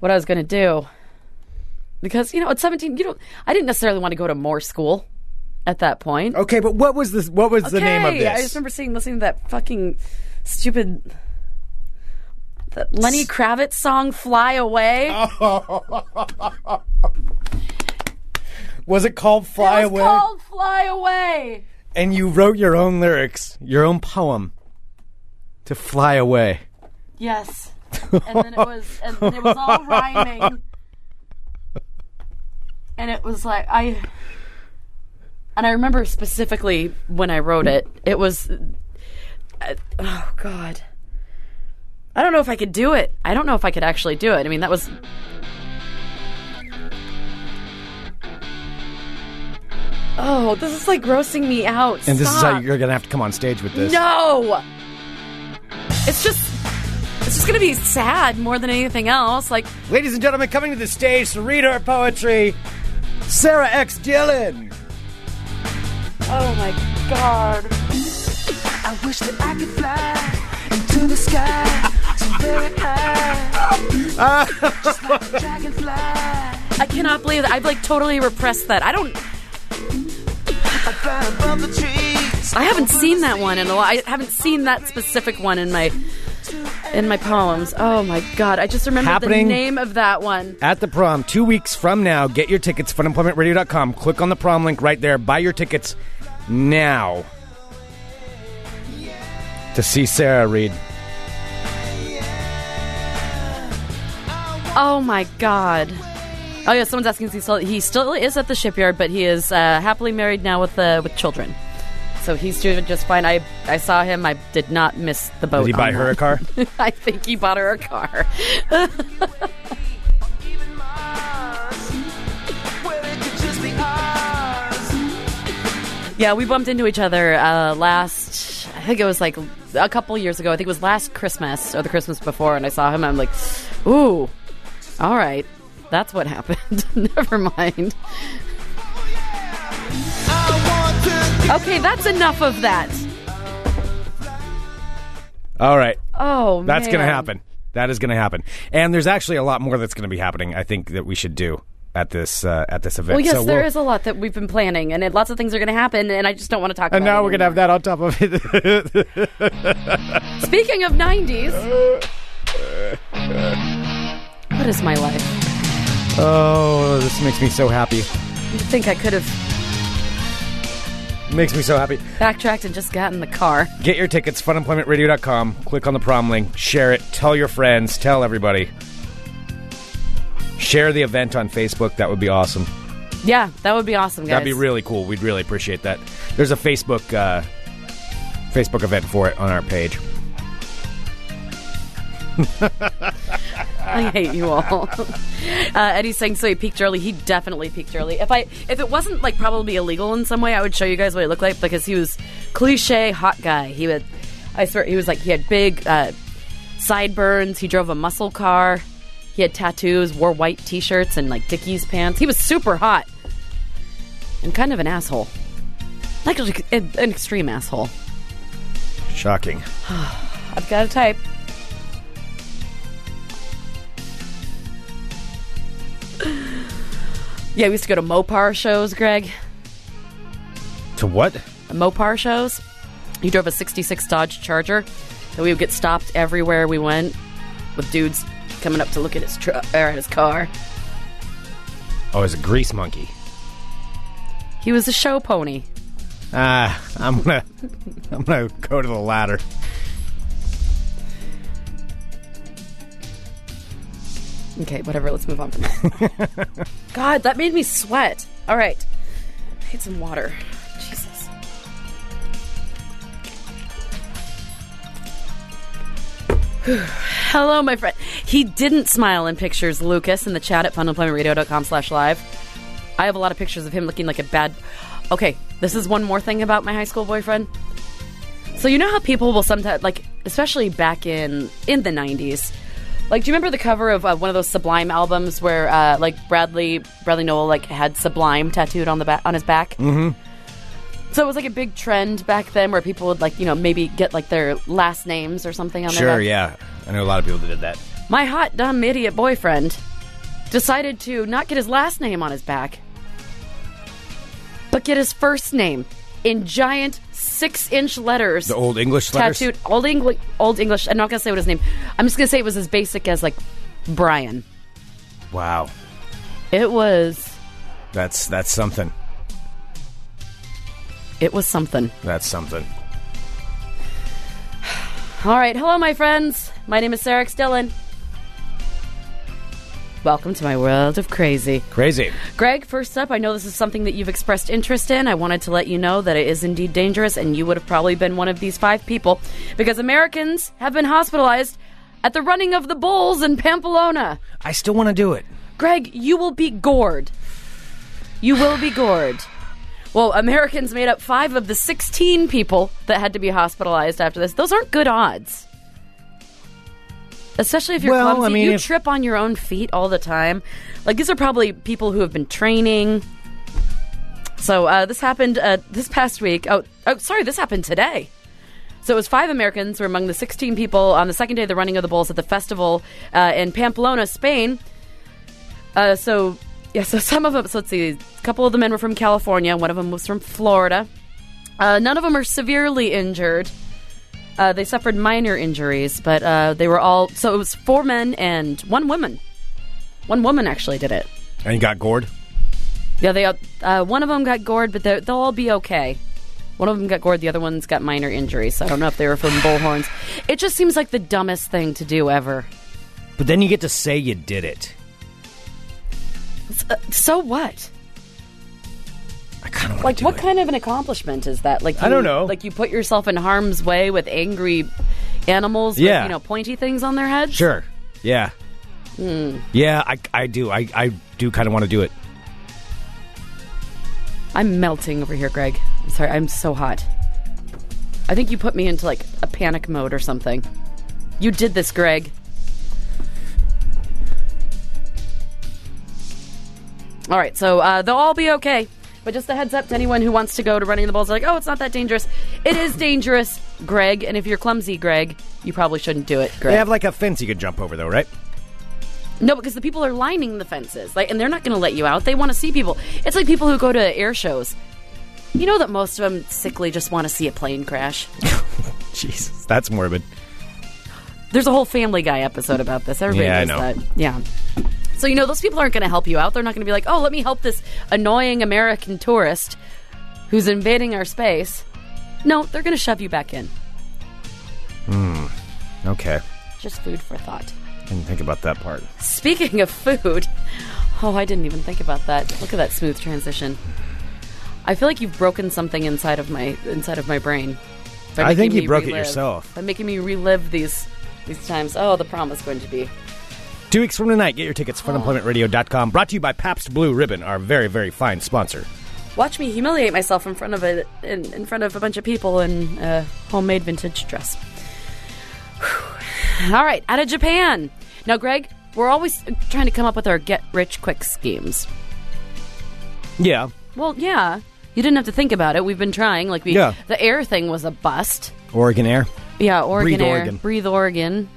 S2: what I was going to do. Because, you know, at 17, you don't, I didn't necessarily want to go to more school at that point.
S1: Okay, but what was this? What was the name of
S2: Okay,
S1: this?
S2: I just remember seeing listening to that fucking stupid that Lenny Kravitz song "Fly Away."
S1: Oh, was it called Fly
S2: it was
S1: Away?
S2: called "Fly Away."
S1: and you wrote your own lyrics, your own poem to fly away.
S2: Yes, and then it was and it was all rhyming, and it was like I. And I remember specifically when I wrote it, it was, I- oh god, I don't know if I could do it. I don't know if I could actually do it. I mean, that was Oh, this is like grossing me out.
S1: And this is how
S2: Stop.
S1: you're going to have to come on stage with this.
S2: No. It's just it's just gonna be sad more than anything else. Like
S1: Ladies and gentlemen, coming to the stage to read her poetry, Sarah X. Dillon.
S2: oh my god.
S3: I wish that I could fly into the sky so very high. Just like a dragonfly. I
S2: I cannot believe that I've like totally repressed that. I don't
S3: fly above the trees.
S2: I haven't seen that one in a while. I haven't seen that specific one in my in my poems. Oh my god. I just remembered
S1: Happening.
S2: the name of that one.
S1: At the prom, two weeks from now, get your tickets, funemploymentradio.com. Click on the prom link right there. Buy your tickets now to see Sarah read.
S2: Oh my god. Oh yeah, someone's asking if he still he still is at the shipyard, but he is uh, happily married now with uh, with children. So he's doing just fine. I I saw him. I did not miss the
S1: Did
S2: boat.
S1: he buy
S2: on
S1: her a
S2: that.
S1: car?
S2: *laughs* I think he bought her a car.
S3: Even Mars, where it could just be ours.
S2: yeah, we bumped into each other uh, last. I think it was like a couple years ago. I think it was last Christmas or the Christmas before, and I saw him. I'm like, ooh, all right, that's what happened. *laughs* Never mind.
S3: I want to
S2: Okay, that's enough of that.
S1: All right.
S2: Oh,
S1: That's going to
S2: man.
S1: happen. That is going to happen. And there's actually a lot more that's going to be happening, I think, that we should do at this uh, at this event.
S2: Well, yes,
S1: So
S2: there
S1: we'll-
S2: is a lot that we've been planning, and it, lots of things are going to happen, and I just don't want to
S1: *laughs*
S2: talk
S1: And
S2: about
S1: now
S2: it
S1: we're going to have
S2: anymore.
S1: that on top of it. *laughs*
S2: Speaking of 90s. What is my life?
S1: oh, this makes me so happy.
S2: You think I could have
S1: Makes me so happy.
S2: backtracked and just got in the car.
S1: Get your tickets, funemploymentradio.com. Click on the prom link, share it, tell your friends, tell everybody. Share the event on Facebook. That would be awesome.
S2: Yeah, that would be awesome, guys.
S1: That'd be really cool. We'd really appreciate that. There's a Facebook uh, Facebook event for it on our page.
S2: I hate you all. *laughs* uh, Eddie's saying so he peaked early. He definitely peaked early. If I if it wasn't like probably illegal in some way, I would show you guys what he looked like because he was cliche hot guy. He would, I swear, he was like he had big uh, sideburns. He drove a muscle car. He had tattoos, wore white t-shirts and like Dickies pants. He was super hot and kind of an asshole, like a- an extreme asshole.
S1: Shocking.
S2: I've got a type. Yeah, we used to go to Mopar shows, Greg.
S1: To what?
S2: Mopar shows. You drove a 66 Dodge Charger, and we would get stopped everywhere we went with dudes coming up to look at his truck or at his car.
S1: Oh, it's a grease monkey.
S2: He was a show pony.
S1: Ah, I'm gonna, *laughs* I'm gonna go to the ladder.
S2: Okay, whatever. Let's move on from that. God, that made me sweat. All right, I need some water. Jesus. Whew. Hello, my friend. He didn't smile in pictures, Lucas, in the chat at funemploymentradio.com slash live. I have a lot of pictures of him looking like a bad... Okay, this is one more thing about my high school boyfriend. So you know how people will sometimes, like, especially back in in the 90s, like, do you remember the cover of uh, one of those Sublime albums where, uh, like, Bradley Bradley Noel like had Sublime tattooed on the back on his back? Mm-hmm. So it was like a big trend back then where people would like you know maybe get like their last names or something on their
S1: Sure,
S2: back.
S1: yeah. I know a lot of people that did that.
S2: My hot dumb idiot boyfriend decided to not get his last name on his back, but get his first name in giant six-inch letters
S1: The old English letters.
S2: *laughs* tattooed old English. Old English. I'm not gonna say what his name. I'm just gonna say it was as basic as like Brian.
S1: Wow,
S2: It was.
S1: that's that's something.
S2: It was something.
S1: That's something.
S2: All right, hello, my friends. My name is Sarah X. Dillon. Welcome to my world of crazy.
S1: Crazy.
S2: Greg, first up, I know this is something that you've expressed interest in. I wanted to let you know that it is indeed dangerous, and you would have probably been one of these five people because Americans have been hospitalized at the running of the bulls in Pamplona.
S1: I still want to do it.
S2: Greg, you will be gored. You will be gored. Well, Americans made up five of the 16 people that had to be hospitalized after this. Those aren't good odds. Especially if you're
S1: Well, I
S2: clumsy.
S1: mean,
S2: you
S1: if-
S2: trip on your own feet all the time. Like, these are probably people who have been training. So, uh, this happened uh, this past week. Oh, oh, sorry, this happened today. So it was five Americans were among the 16 people on the second day of the running of the bulls at the festival uh, in Pamplona, Spain. Uh, so yeah, so *laughs* some of them. So let's see, a couple of the men were from California. One of them was from Florida. Uh, none of them are severely injured. Uh, they suffered minor injuries, but uh, they were all. So it was four men and one woman. One woman actually did it.
S1: And you got gored.
S2: Yeah, they uh, one of them got gored, but they're- they'll all be okay. One of them got gored, the other one's got minor injuries. So I don't know if they were from bullhorns. It just seems like the dumbest thing to do ever.
S1: But then you get to say you did it.
S2: So what?
S1: I kind of
S2: Like, what kind of an accomplishment is that? Like, you,
S1: I don't know.
S2: Like, you put yourself in harm's way with angry animals
S1: Yeah.
S2: with you know pointy things on their heads.
S1: Sure. Yeah.
S2: Hmm.
S1: Yeah, I, I do. I, I do kind of want to do it.
S2: I'm melting over here, Greg. I'm sorry, I'm so hot. I think you put me into like a panic mode or something. You did this, Greg. All right, so uh, they'll all be okay. But just a heads up to anyone who wants to go to running the bulls, like, oh, it's not that dangerous. It is dangerous, Greg. And if you're clumsy, Greg, you probably shouldn't do it, Greg.
S1: They have like a fence you could jump over, though, right?
S2: No, because the people are lining the fences, like, and they're not going to let you out. They want to see people. It's like people who go to air shows. You know that most of them sickly just want to see a plane crash.
S1: Jesus, that's morbid.
S2: There's a whole Family Guy episode about this. Everybody
S1: Yeah, I
S2: knows
S1: know.
S2: that. Yeah. So you know those people aren't going to help you out. They're not going to be like, "Oh, let me help this annoying American tourist who's invading our space." No, they're going to shove you back in.
S1: Okay.
S2: Just food for thought.
S1: Didn't think about that part.
S2: Speaking of food, *laughs* oh, I didn't even think about that. Look at that smooth transition. I feel like you've broken something inside of my inside of my brain. by
S1: I
S2: making
S1: think you
S2: me
S1: broke it
S2: relive-
S1: yourself.
S2: by making me relive these these times. Oh, the prom is going to be.
S1: Two weeks from tonight, get your tickets at funemploymentradio.com. Brought to you by Pabst Blue Ribbon, our very, very fine sponsor.
S2: Watch me humiliate myself in front of a in, in front of a bunch of people in a homemade vintage dress. Whew. All right, out of Japan. Now, Greg, we're always trying to come up with our get rich quick schemes.
S1: Yeah.
S2: Well, yeah. You didn't have to think about it. We've been trying. Like we,
S1: Yeah.
S2: the air thing was a bust.
S1: Oregon Air.
S2: Yeah, Oregon
S1: Breathe
S2: Air,
S1: Oregon.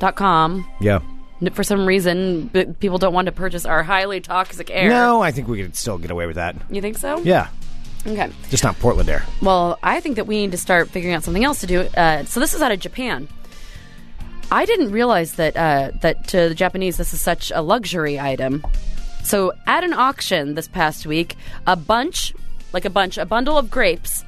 S2: breatheoregon.com.
S1: Yeah.
S2: N- For some reason, b- people don't want to purchase our highly toxic air. Mm.
S1: No, I think we could still get away with that.
S2: You think so?
S1: Yeah.
S2: Okay.
S1: Just not Portland Air.
S2: Well, I think that we need to start figuring out something else to do. Uh, so this is out of Japan. I didn't realize that uh, that to the Japanese this is such a luxury item. So at an auction this past week, a bunch, like a bunch, a bundle of grapes,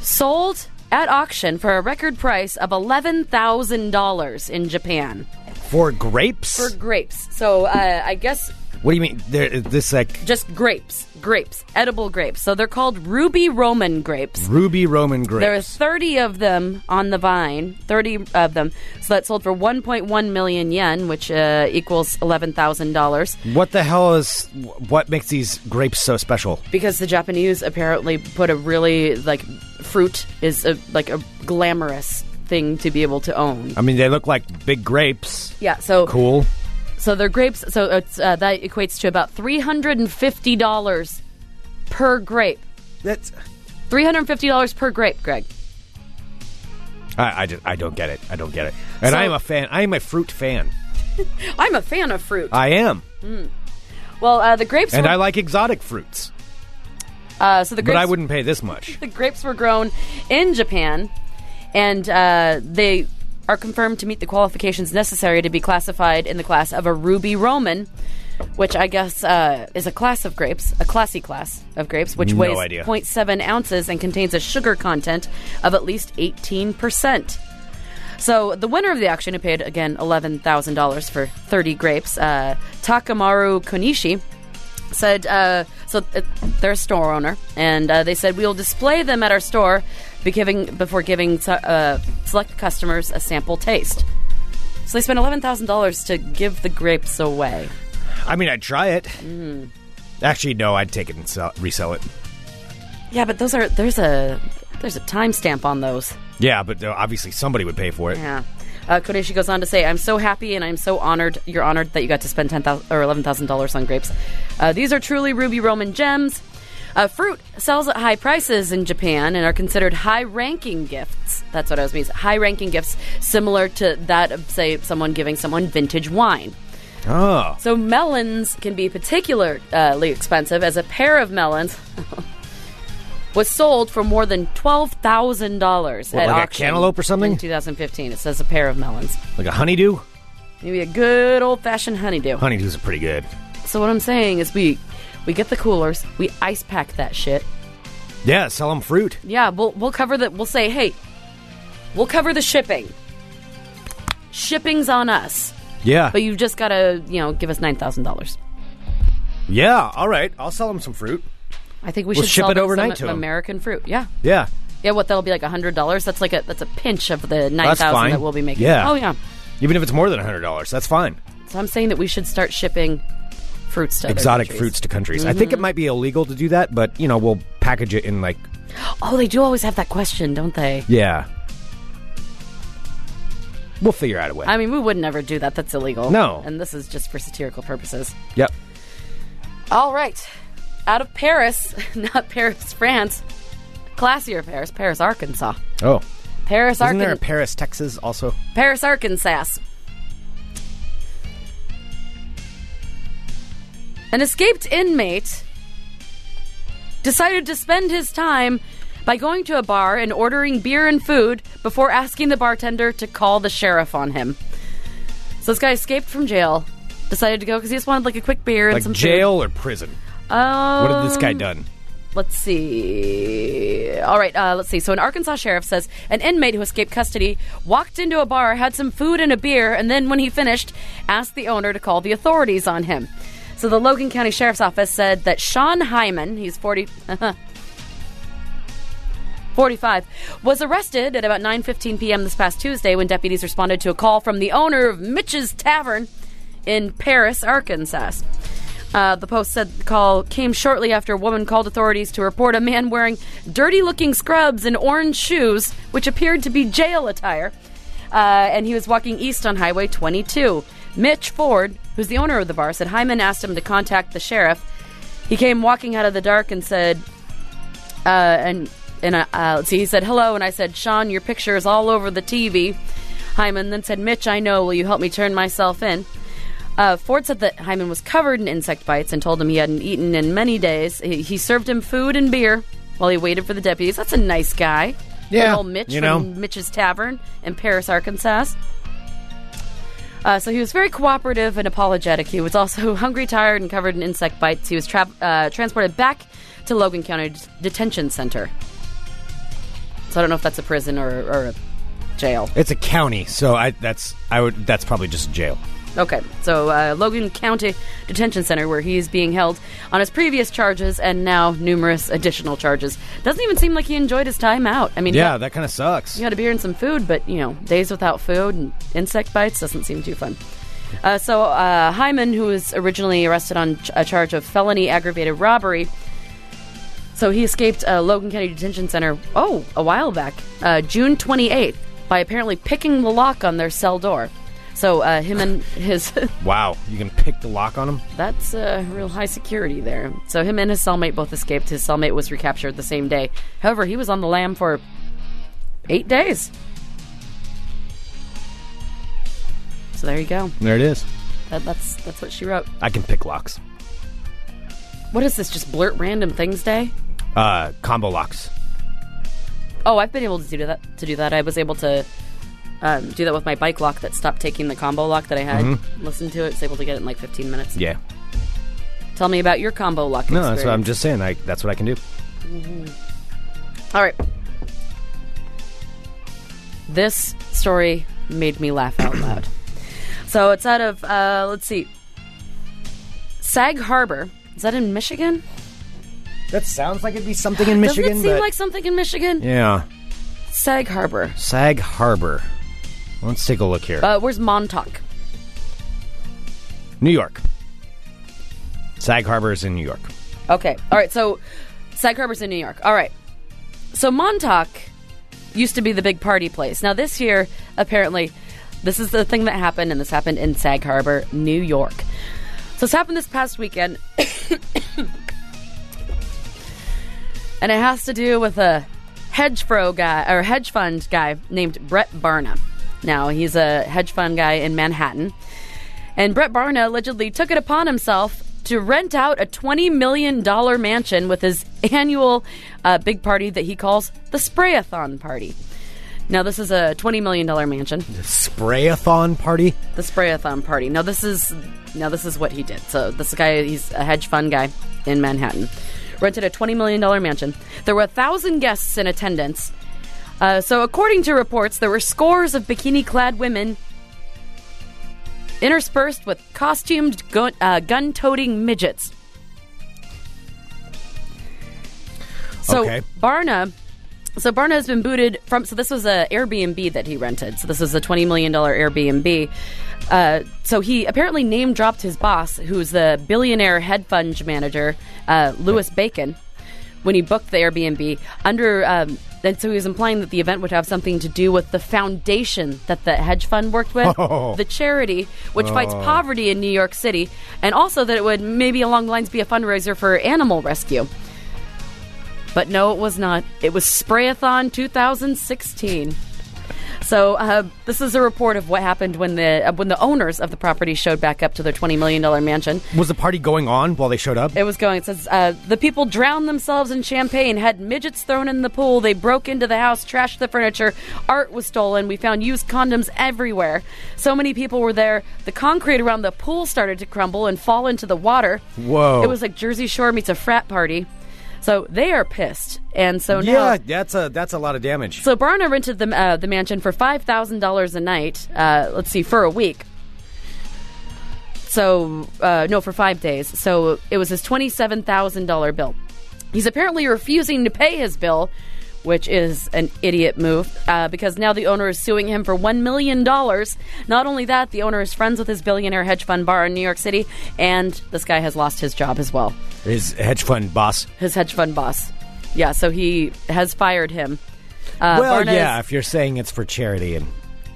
S2: sold at auction for a record price of eleven thousand dollars in Japan
S1: For grapes?
S2: for grapes. So uh, I guess
S1: what do you mean? There, is this like
S2: just grapes, grapes, edible grapes. So they're called ruby Roman grapes.
S1: ruby Roman grapes.
S2: There are 30 of them on the vine, 30 of them. So that sold for 1.1 million yen, which uh, equals $11,000
S1: what the hell is? What makes these grapes so special?
S2: because the Japanese apparently put a really like fruit is a, like a glamorous thing to be able to own.
S1: I mean, they look like big grapes.
S2: Yeah, so
S1: Cool.
S2: so they're grapes so it's, uh, that equates to about $350 per grape.
S1: That's.
S2: $350 per grape, Greg.
S1: I, I, just, I don't get it. I don't get it. And
S2: So-
S1: I am a fan. I am a fruit fan.
S2: I'm a fan of fruit.
S1: I am,
S2: well, uh, the grapes
S1: and
S2: were,
S1: I like exotic fruits,
S2: uh, so the grapes
S1: but I wouldn't pay this much.
S2: *laughs* the grapes were grown in Japan, and uh, they are confirmed to meet the qualifications necessary to be classified in the class of a ruby Roman, which I guess uh, is a class of grapes, a classy class of grapes, which
S1: No
S2: weighs
S1: idea.
S2: 0.7 ounces and contains a sugar content of at least 18 percent. So the winner of the auction, who paid again eleven thousand dollars for thirty grapes, uh, Takamaru Konishi, said. Uh, so uh, they're a store owner, and uh, they said we'll display them at our store, be giving, before giving so- uh, select customers a sample taste. So they spent eleven thousand dollars to give the grapes away.
S1: I mean, I'd try it.
S2: Mm-hmm.
S1: Actually, no, I'd take it and sell, resell it.
S2: Yeah, but those are there's a there's a timestamp on those.
S1: Yeah, but uh, obviously somebody would pay for it.
S2: Yeah. Uh, Kodeshi goes on to say, "I'm so happy and I'm so honored. You're honored that you got to spend ten thousand or eleven thousand dollars on grapes. Uh, these are truly ruby Roman gems. Uh, fruit sells at high prices in Japan and are considered high-ranking gifts. That's what I was means. High-ranking gifts, similar to that of say someone giving someone vintage wine.
S1: Oh,
S2: So melons can be particularly expensive, as a pair of melons." *laughs* Was sold for more than twelve thousand dollars
S1: What,
S2: at
S1: like a
S2: auction
S1: cantaloupe or something?
S2: in 2015. It says a pair of melons.
S1: like a honeydew.
S2: Maybe a good old fashioned honeydew.
S1: Honeydews are pretty good.
S2: So what I'm saying is we we get the coolers, we ice pack that shit.
S1: Yeah, sell them fruit.
S2: Yeah, we'll we'll cover the we'll say, hey, we'll cover the shipping. Shipping's on us.
S1: Yeah,
S2: But you've just gotta, you know, give us nine thousand dollars.
S1: yeah. All right, I'll sell them some fruit.
S2: I think we
S1: We'll
S2: should
S1: ship
S2: sell
S1: it
S2: them
S1: overnight
S2: some
S1: to 'em.
S2: American fruit. Yeah.
S1: Yeah,
S2: Yeah, what that'll be like hundred dollars. That's like a that's a pinch of the nine
S1: That's
S2: thousand
S1: fine.
S2: that we'll be making.
S1: Yeah.
S2: Oh yeah.
S1: even if it's more than hundred dollars, that's fine.
S2: So I'm saying that we should start shipping fruits to other
S1: Exotic
S2: countries.
S1: fruits to countries. I
S2: Mm-hmm.
S1: think it might be illegal to do that, but you know we'll package it in like
S2: Oh, they do always have that question, don't they?
S1: yeah. We'll figure out a way.
S2: I mean, we would never do that. That's illegal.
S1: No.
S2: And this is just for satirical purposes.
S1: yep.
S2: All right. Out of Paris, *laughs* not Paris, France. Classier Paris, Paris, Arkansas.
S1: Oh,
S2: Paris,
S1: isn't there a
S2: Arkansas.
S1: Paris, Texas also?
S2: Paris, Arkansas. An escaped inmate decided to spend his time by going to a bar and ordering beer and food before asking the bartender to call the sheriff on him. So this guy escaped from jail, decided to go because he just wanted like a quick beer and
S1: Like
S2: some food.
S1: jail or prison? What had this guy
S2: Um,
S1: done?
S2: Let's see. All right, uh, let's see. So, an Arkansas sheriff says an inmate who escaped custody walked into a bar, had some food and a beer, and then when he finished, asked the owner to call the authorities on him. So, the Logan County uh, Sheriff's Office said that Sean Hyman, he's 40, 45, was arrested at about 9:15 p.m. this past Tuesday when deputies responded to a call from the owner of Mitch's Tavern in Paris, Arkansas. Uh, the Post said the call came shortly after a woman called authorities to report a man wearing dirty looking scrubs and orange shoes, which appeared to be jail attire, uh, and he was walking east on Highway 22. Mitch Ford, who's the owner of the bar, said Hyman asked him to contact the sheriff. He came walking out of the dark and said, uh, and and uh, uh, let's see, he said hello, and I said, Sean, your picture is all over the TV. Hyman then said, Mitch, I know. Will you help me turn myself in? Uh, Ford said that Hyman was covered in insect bites and told him he hadn't eaten in many days. He, he served him food and beer while he waited for the deputies. That's a nice guy.
S1: Yeah,
S2: Old Mitch
S1: you know.
S2: from Mitch's Tavern in Paris, Arkansas. Uh, so he was very cooperative and apologetic. He was also *laughs* hungry, tired, and covered in insect bites. He was tra- uh, transported back to Logan County D- Detention Center. So I don't know if that's a prison or, or a jail.
S1: It's a county, so I that's I would that's probably just jail.
S2: Okay, so uh, Logan County Detention Center, where he is being held on his previous charges and now numerous additional charges. Doesn't even seem like he enjoyed his time out. I mean, he
S1: Yeah,
S2: got-
S1: that kind of sucks.
S2: you had a beer and some food, but you know, days without food and insect bites doesn't seem too fun. Uh, so uh, Hyman, who was originally arrested on ch- a charge of felony aggravated robbery, so he escaped uh, Logan County Detention Center. Oh, a while back, uh, June 28th, by apparently picking the lock on their cell door. So uh, him and his *laughs*
S1: Wow, you can pick the lock on them.
S2: That's uh, real high security there. So him and his cellmate both escaped. His cellmate was recaptured the same day. However, he was on the lam for eight days. So there you go.
S1: There it is.
S2: That, that's that's what she wrote.
S1: I can pick locks.
S2: What is this? Just blurt random things day?
S1: Uh, combo locks.
S2: Oh, I've been able to do that. To do that, I was able to um, do that with my bike lock that stopped taking the combo lock that I had. Listen to it. was able to get it in like 15 minutes.
S1: Mm-hmm. Yeah.
S2: Tell me about your combo lock.
S1: No, that's what I'm
S2: experience.
S1: just saying. I that's what I can do.
S2: All right. This story made me laugh out loud. So it's out of, uh, let's see, Sag Harbor. Is that in Michigan?
S1: That sounds like it'd be something in
S2: Doesn't it seem like something in Michigan?
S1: yeah,
S2: Sag Harbor.
S1: Sag Harbor. Let's take a look here.
S2: Uh, where's Montauk?
S1: New York. Sag Harbor is in New York.
S2: Okay. All right. So Sag Harbor's in New York. All right. So Montauk used to be the big party place. Now this year, apparently, this is the thing that happened, and this happened in Sag Harbor, New York. So this happened this past weekend, *coughs* and it has to do with a hedge fro guy or hedge fund guy named Brett Barna. Now he's a hedge fund guy in Manhattan. And Brett Barna allegedly took it upon himself to rent out a $20 million mansion with his annual uh, big party that he calls the Sprayathon Party. Now, this is a $20 million mansion,
S1: Sprayathon party.
S2: the Sprayathon Party. Now, this is now this is what he did. So, this guy, he's a hedge fund guy in Manhattan, rented a $20 million mansion. There were a thousand guests in attendance. Uh, so, according to reports, there were scores of bikini-clad women interspersed with costumed gun uh, toting midgets. So
S1: Okay.
S2: Barna, so Barna has been booted from. So this was a Airbnb that he rented. So this was a twenty million dollar Airbnb. Uh, so he apparently name dropped his boss, who's the billionaire head fund manager, uh, Lewis Bacon, when he booked the Airbnb under. Um, and so he was implying that the event would have something to do with the foundation that the hedge fund worked with,
S1: Oh.
S2: the charity, which fights poverty in New York City, and also that it would maybe along the lines be a fundraiser for animal rescue. But no, it was not. It was Sprayathon 2016. So uh, this is a report of what happened when the uh, when the owners of the property showed back up to their twenty million dollar mansion.
S1: Was the party going on while they showed up?
S2: It was going. It says uh, the people drowned themselves in champagne, had midgets thrown in the pool. They broke into the house, trashed the furniture. Art was stolen. We found used condoms everywhere. So many people were there. The concrete around the pool started to crumble and fall into the water.
S1: Whoa.
S2: It was like Jersey Shore meets a frat party. So they are pissed, and so now
S1: yeah, that's a that's a lot of damage.
S2: so Barna rented the uh, the mansion for five thousand dollars a night. Uh, let's see, for a week. So uh, no, for five days. So it was his twenty seven thousand dollar bill. He's apparently refusing to pay his bill, which is an idiot move uh, because now the owner is suing him for $1 million. Not only that, the owner is friends with his billionaire hedge fund bar in New York City, and this guy has lost his job as well.
S1: His hedge fund boss.
S2: His hedge fund boss. Yeah, so he has fired him. Uh,
S1: well,
S2: Barna is-
S1: yeah, if you're saying it's for charity and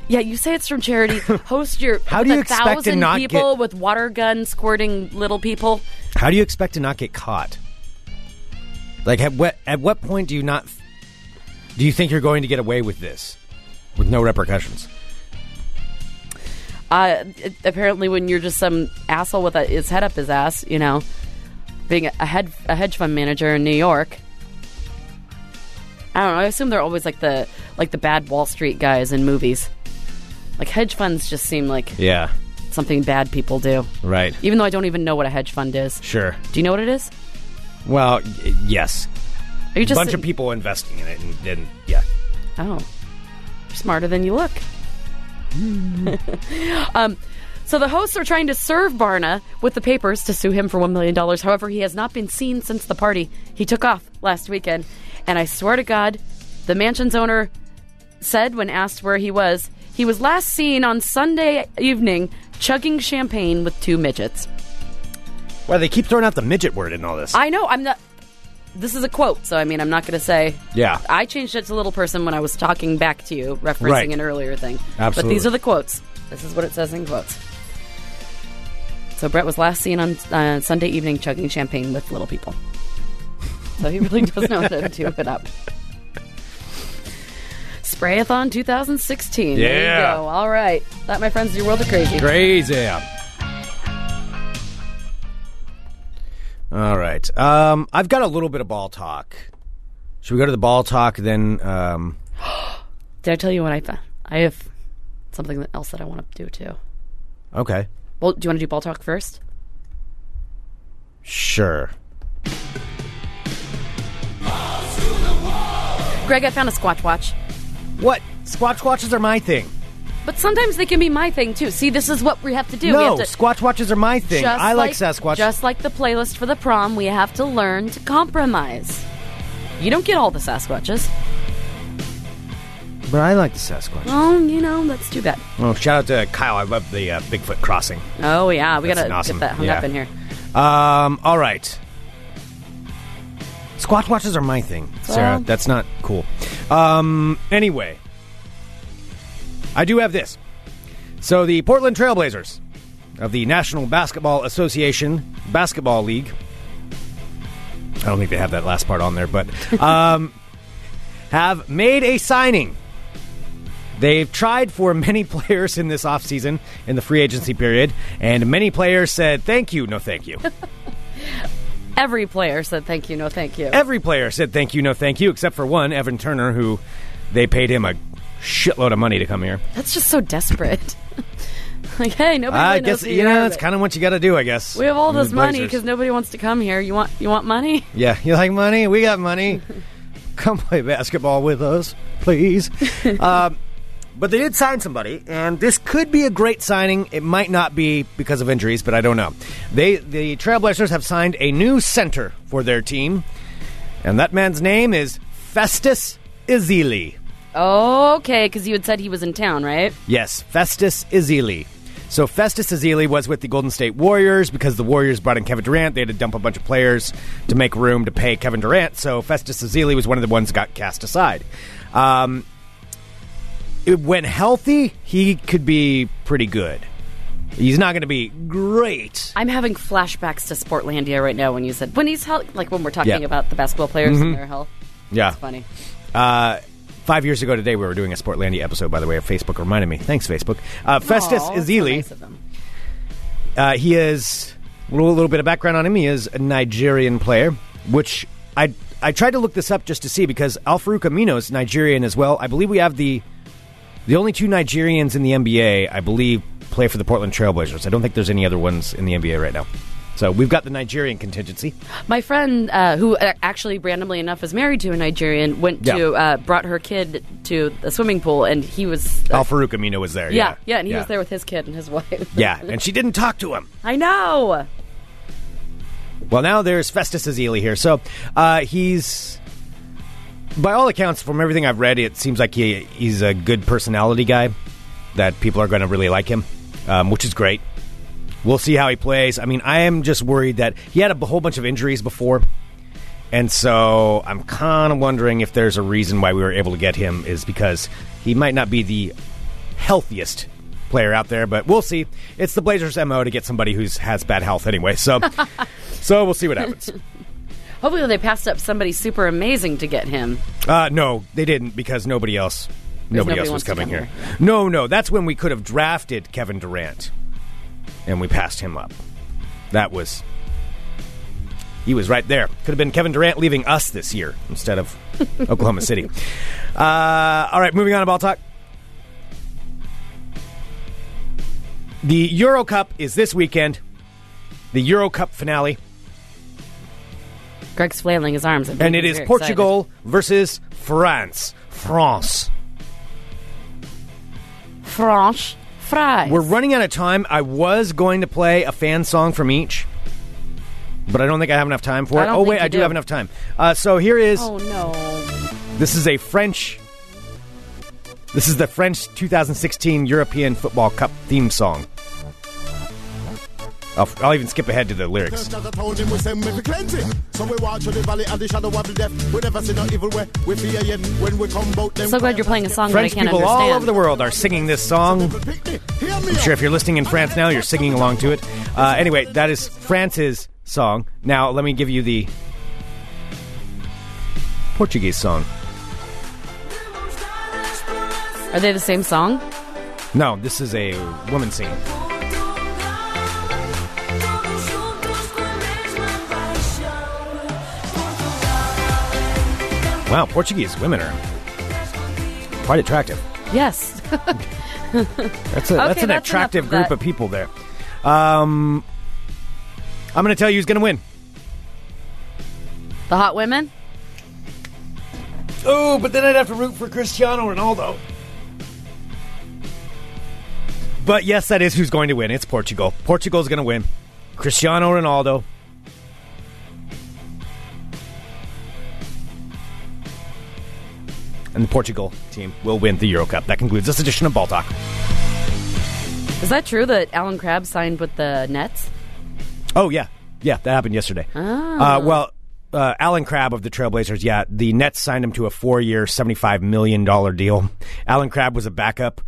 S2: Yeah, you say it's from
S1: *laughs*
S2: charity. Host your
S1: How do you expect to
S2: thousand
S1: not
S2: people
S1: get-
S2: with water gun squirting little people.
S1: how do you expect to not get caught? Like at what at what point do you not do you think you're going to get away with this with no repercussions?
S2: Uh, it- apparently, when you're just some asshole with a, his head up his ass, you know, being a, a head a hedge fund manager in New York. I don't know. I assume they're always like the like the bad Wall Street guys in movies. Like hedge funds just seem like
S1: Yeah.
S2: something bad people do,
S1: Right.
S2: even though I don't even know what a hedge fund is.
S1: Sure.
S2: Do you know what it is?
S1: Well, y- yes.
S2: Are you
S1: A
S2: just
S1: bunch of people investing in it and, and yeah.
S2: Oh, you're smarter than you look. *laughs* um, so the hosts are trying to serve Barna with the papers to sue him for $1 million. However, he has not been seen since the party. He took off last weekend. And I swear to God, the mansion's owner said when asked where he was, he was last seen on Sunday evening chugging champagne with two midgets.
S1: Well, they keep throwing out the midget word in all this.
S2: I know, I'm not. This is a quote, so I mean, I'm not going to say
S1: yeah.
S2: I changed it to little person when I was talking back to you, referencing
S1: Right.
S2: an earlier thing. But
S1: Absolutely.
S2: these are the quotes. This is what it says in quotes. So Brett was last seen on uh, Sunday evening chugging champagne with little people. So he really does know how to do it up. Sprayathon 2016. There
S1: Yeah.
S2: you go. All right. That, my friends, is your world of crazy.
S1: Crazy. All right. Um, I've got a little bit of ball talk. Should we go to the ball talk then? Um,
S2: Did I tell you what I found? I have something else that I want to do too.
S1: okay.
S2: Well, do you want to do ball talk first?
S1: Sure.
S2: Greg, I found a Squatch Watch.
S1: What? Squatch watches are my thing.
S2: But sometimes they can be my thing too. See, this is what we have to do. we
S1: no,
S2: have to,
S1: Squatch watches are my thing.
S2: just
S1: I like, Sasquatch.
S2: Just like the playlist for the prom, we have to learn to compromise. You don't get all the Sasquatches.
S1: but I like the Sasquatch.
S2: Oh, you know, that's too bad.
S1: Oh, shout out to Kyle. I love the uh, Bigfoot crossing.
S2: Oh, yeah, we
S1: That's
S2: gotta
S1: an awesome-
S2: get that hung
S1: yeah.
S2: up in here.
S1: Um, all right. Squatch watches are my thing, Sarah.
S2: Well-
S1: That's not cool. Um, anyway, I do have this. So the Portland Trailblazers of the National Basketball Association Basketball League. I don't think they have that last part on there, but um, have made a signing. They've tried for many *laughs* players in this offseason in the free agency period, and many players said, thank you, no thank you.
S2: Every player said thank you, no thank you.
S1: Every player said thank you, no thank you, except for one, Evan Turner, who they paid him a shitload of money to come here.
S2: that's just so desperate. *laughs* like, hey, nobody
S1: I
S2: really knows
S1: guess
S2: who
S1: you
S2: are,
S1: know that's
S2: but
S1: kind of what you got to do, I guess.
S2: We have all this
S1: The
S2: money
S1: Mm, Blazers.
S2: because nobody wants to come here. You want you want money? *laughs*
S1: yeah, you like money? We got money. come play basketball with us,
S2: *laughs*
S1: please. um, but they did sign somebody, and this could be a great signing. It might not be because of injuries, but I don't know. They the Trailblazers have signed a new center for their team, and that man's name is Festus Izili.
S2: Okay, because you had said he was in town, right?
S1: Yes, Festus Ezeli. So Festus Ezeli was with the Golden State Warriors because the Warriors brought in Kevin Durant. They had to dump a bunch of players to make room to pay Kevin Durant. So Festus Ezeli was one of the ones that got cast aside. Um, it- when healthy, he could be pretty good. He's not going to be great.
S2: I'm having flashbacks to Sportlandia right now when you said when he's hel- like when we're talking
S1: Yeah. Mm-hmm.
S2: about the basketball players and their health.
S1: Yeah.
S2: Funny.
S1: Uh, five years ago today, we were doing a Sportlandia episode, by the way. Facebook reminded me. Thanks, Facebook. Uh, Festus
S2: Aw, that's so
S1: Ezeli.
S2: nice of them.
S1: Uh, he is a little, little bit of background on him. He is a Nigerian player, which I I tried to look this up just to see because Al Farouk Amino is Nigerian as well. I believe we have the the only two Nigerians in the NBA. I believe play for the Portland Trailblazers. I don't think there's any other ones in the NBA right now. So we've got the Nigerian contingency.
S2: My friend, uh, who uh, actually randomly enough is married to a Nigerian, went
S1: Yeah.
S2: to uh, brought her kid to the swimming pool, and he was uh,
S1: Al Farouk Amino was there.
S2: yeah,
S1: Yeah,
S2: yeah, and he was there with his kid and his *laughs* wife.
S1: yeah, and she didn't talk to him.
S2: I know.
S1: Well, now there's Festus Azili here. So uh, he's by all accounts, from everything I've read, it seems like he he's a good personality guy. That people are going to really like him, um, which is great. We'll see how he plays. I mean, I am just worried that he had a b- whole bunch of injuries before, and so I'm kind of wondering if there's a reason why we were able to get him is because he might not be the healthiest player out there, but we'll see. It's the Blazers' mo to get somebody who's has bad health anyway. So, so we'll see what
S2: *laughs*
S1: happens.
S2: Hopefully, they passed up somebody super amazing to get him.
S1: Uh, no, they didn't because nobody else. Nobody,
S2: nobody
S1: else was
S2: wants to
S1: coming
S2: come
S1: here.
S2: here,
S1: No, no, that's when we could have drafted Kevin Durant, and we passed him up. That was he was right there. Could have been Kevin Durant leaving us this year instead
S2: *laughs*
S1: of Oklahoma City. Uh, all right, moving on to ball talk. The Euro Cup is this weekend. The Euro Cup finale,
S2: Greg's flailing his arms,
S1: and it is Portugal versus France. France.
S2: French fries.
S1: We're running out of time. I was going to play a fan song from each, but I don't think I have enough time for
S2: I
S1: it.
S2: don't
S1: Oh
S2: think
S1: wait,
S2: you
S1: I do,
S2: do.
S1: have enough time. Uh, so here is
S2: oh no!
S1: this is a French. This is the French 2016 European Football Cup theme song. I'll, I'll even skip ahead to the
S4: Curse
S1: lyrics.
S4: that told him we say make we cleanse it. So we watch through the valley and the shadow of the death. We never see no evil way. We fear yet when we come bout them.
S2: So glad you're playing a song
S1: French
S2: that I can't
S1: people
S2: understand.
S1: all over the world are singing this song.
S4: I'm
S1: I'm sure if you're listening in France now, you're singing along to it. Uh, anyway, that is France's song. Now, let me give you the Portuguese song.
S2: Are they the same song?
S1: No, this is a woman singing. Wow, Portuguese women are quite attractive.
S2: Yes. *laughs*
S1: That's, a, that's an
S2: that's
S1: attractive
S2: enough of
S1: group of
S2: that.
S1: people there. Um, I'm going to tell you who's going to win.
S2: the hot women.
S1: Oh, but then I'd have to root for Cristiano Ronaldo. But yes, that is who's going to win. It's Portugal. Portugal's going to win. Cristiano Ronaldo. And the Portugal team will win the Euro Cup. That concludes this edition of Ball Talk.
S2: Is that true that Alan Crabb signed with the Nets?
S1: Oh yeah, yeah, that happened yesterday. Uh, well, uh, Alan Crabb of the Trailblazers. Yeah, the Nets signed him to a four-year, seventy-five million dollar deal. Alan Crabb was a backup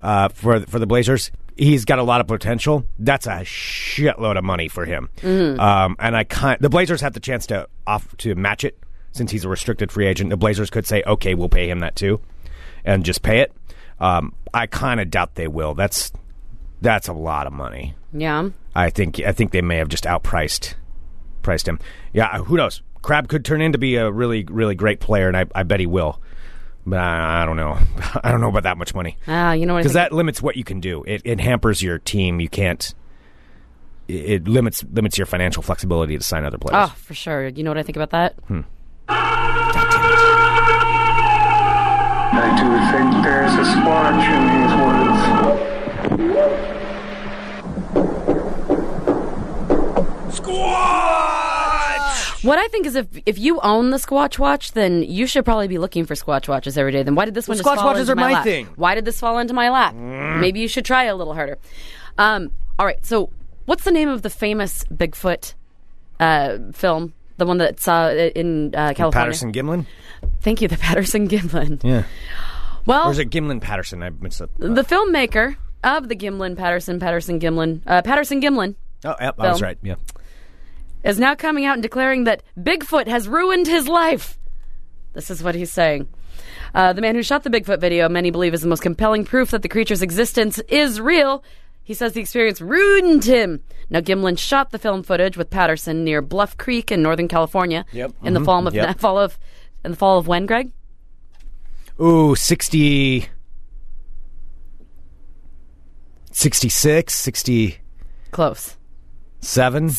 S1: uh, for for the Blazers. He's got a lot of potential. That's a shitload of money for him. Um, and I kind the Blazers have the chance to off to match it since he's a restricted free agent. The Blazers could say, okay, we'll pay him that too, and just pay it. Um, I kind of doubt they will. That's that's a lot of money.
S2: Yeah.
S1: I think I think they may have just outpriced priced him. Yeah, who knows? Crab could turn into be a really really great player, and I, I bet he will. But I, I don't know. *laughs* I don't know about that much money
S2: Ah, you know what? I
S1: because
S2: think?
S1: that limits what you can do. It, it hampers your team. You can't. It, it limits limits your financial flexibility to sign other players.
S2: oh, for sure. You know what I think about that?
S5: I do think there's a spark in these words.
S2: What I think is if if you own the Squatch Watch, then you should probably be looking for Squatch Watches every day. Then why did this one? just
S1: Squatch
S2: fall
S1: watches
S2: into
S1: are my
S2: lap?
S1: thing. Mm.
S2: Why did this fall into my lap? Maybe you should try a little harder. Um, all right. So, what's the name of the famous Bigfoot uh, film? The one that saw it in uh, California.
S1: Patterson Gimlin,
S2: Thank you, the Patterson Gimlin.
S1: yeah,
S2: Well,
S1: or is it Gimlin Patterson? I mixed up.
S2: the filmmaker of the Gimlin Patterson Patterson Gimlin uh, Patterson Gimlin
S1: Oh, yep, I was
S2: Film.
S1: right. Yeah,
S2: is now coming out and declaring that Bigfoot has ruined his life. This is what he's saying. Uh, the man who shot the Bigfoot video, many believe, is the most compelling proof that the creature's existence is real. He says the experience ruined him. Now, Gimlin shot the film footage with Patterson near Bluff Creek in Northern California.
S1: Yep. Mm-hmm.
S2: In the fall of
S1: Yep.
S2: *laughs* fall of in the fall of when, Greg?
S1: Ooh, 60. 66, 67.
S2: Close. 67.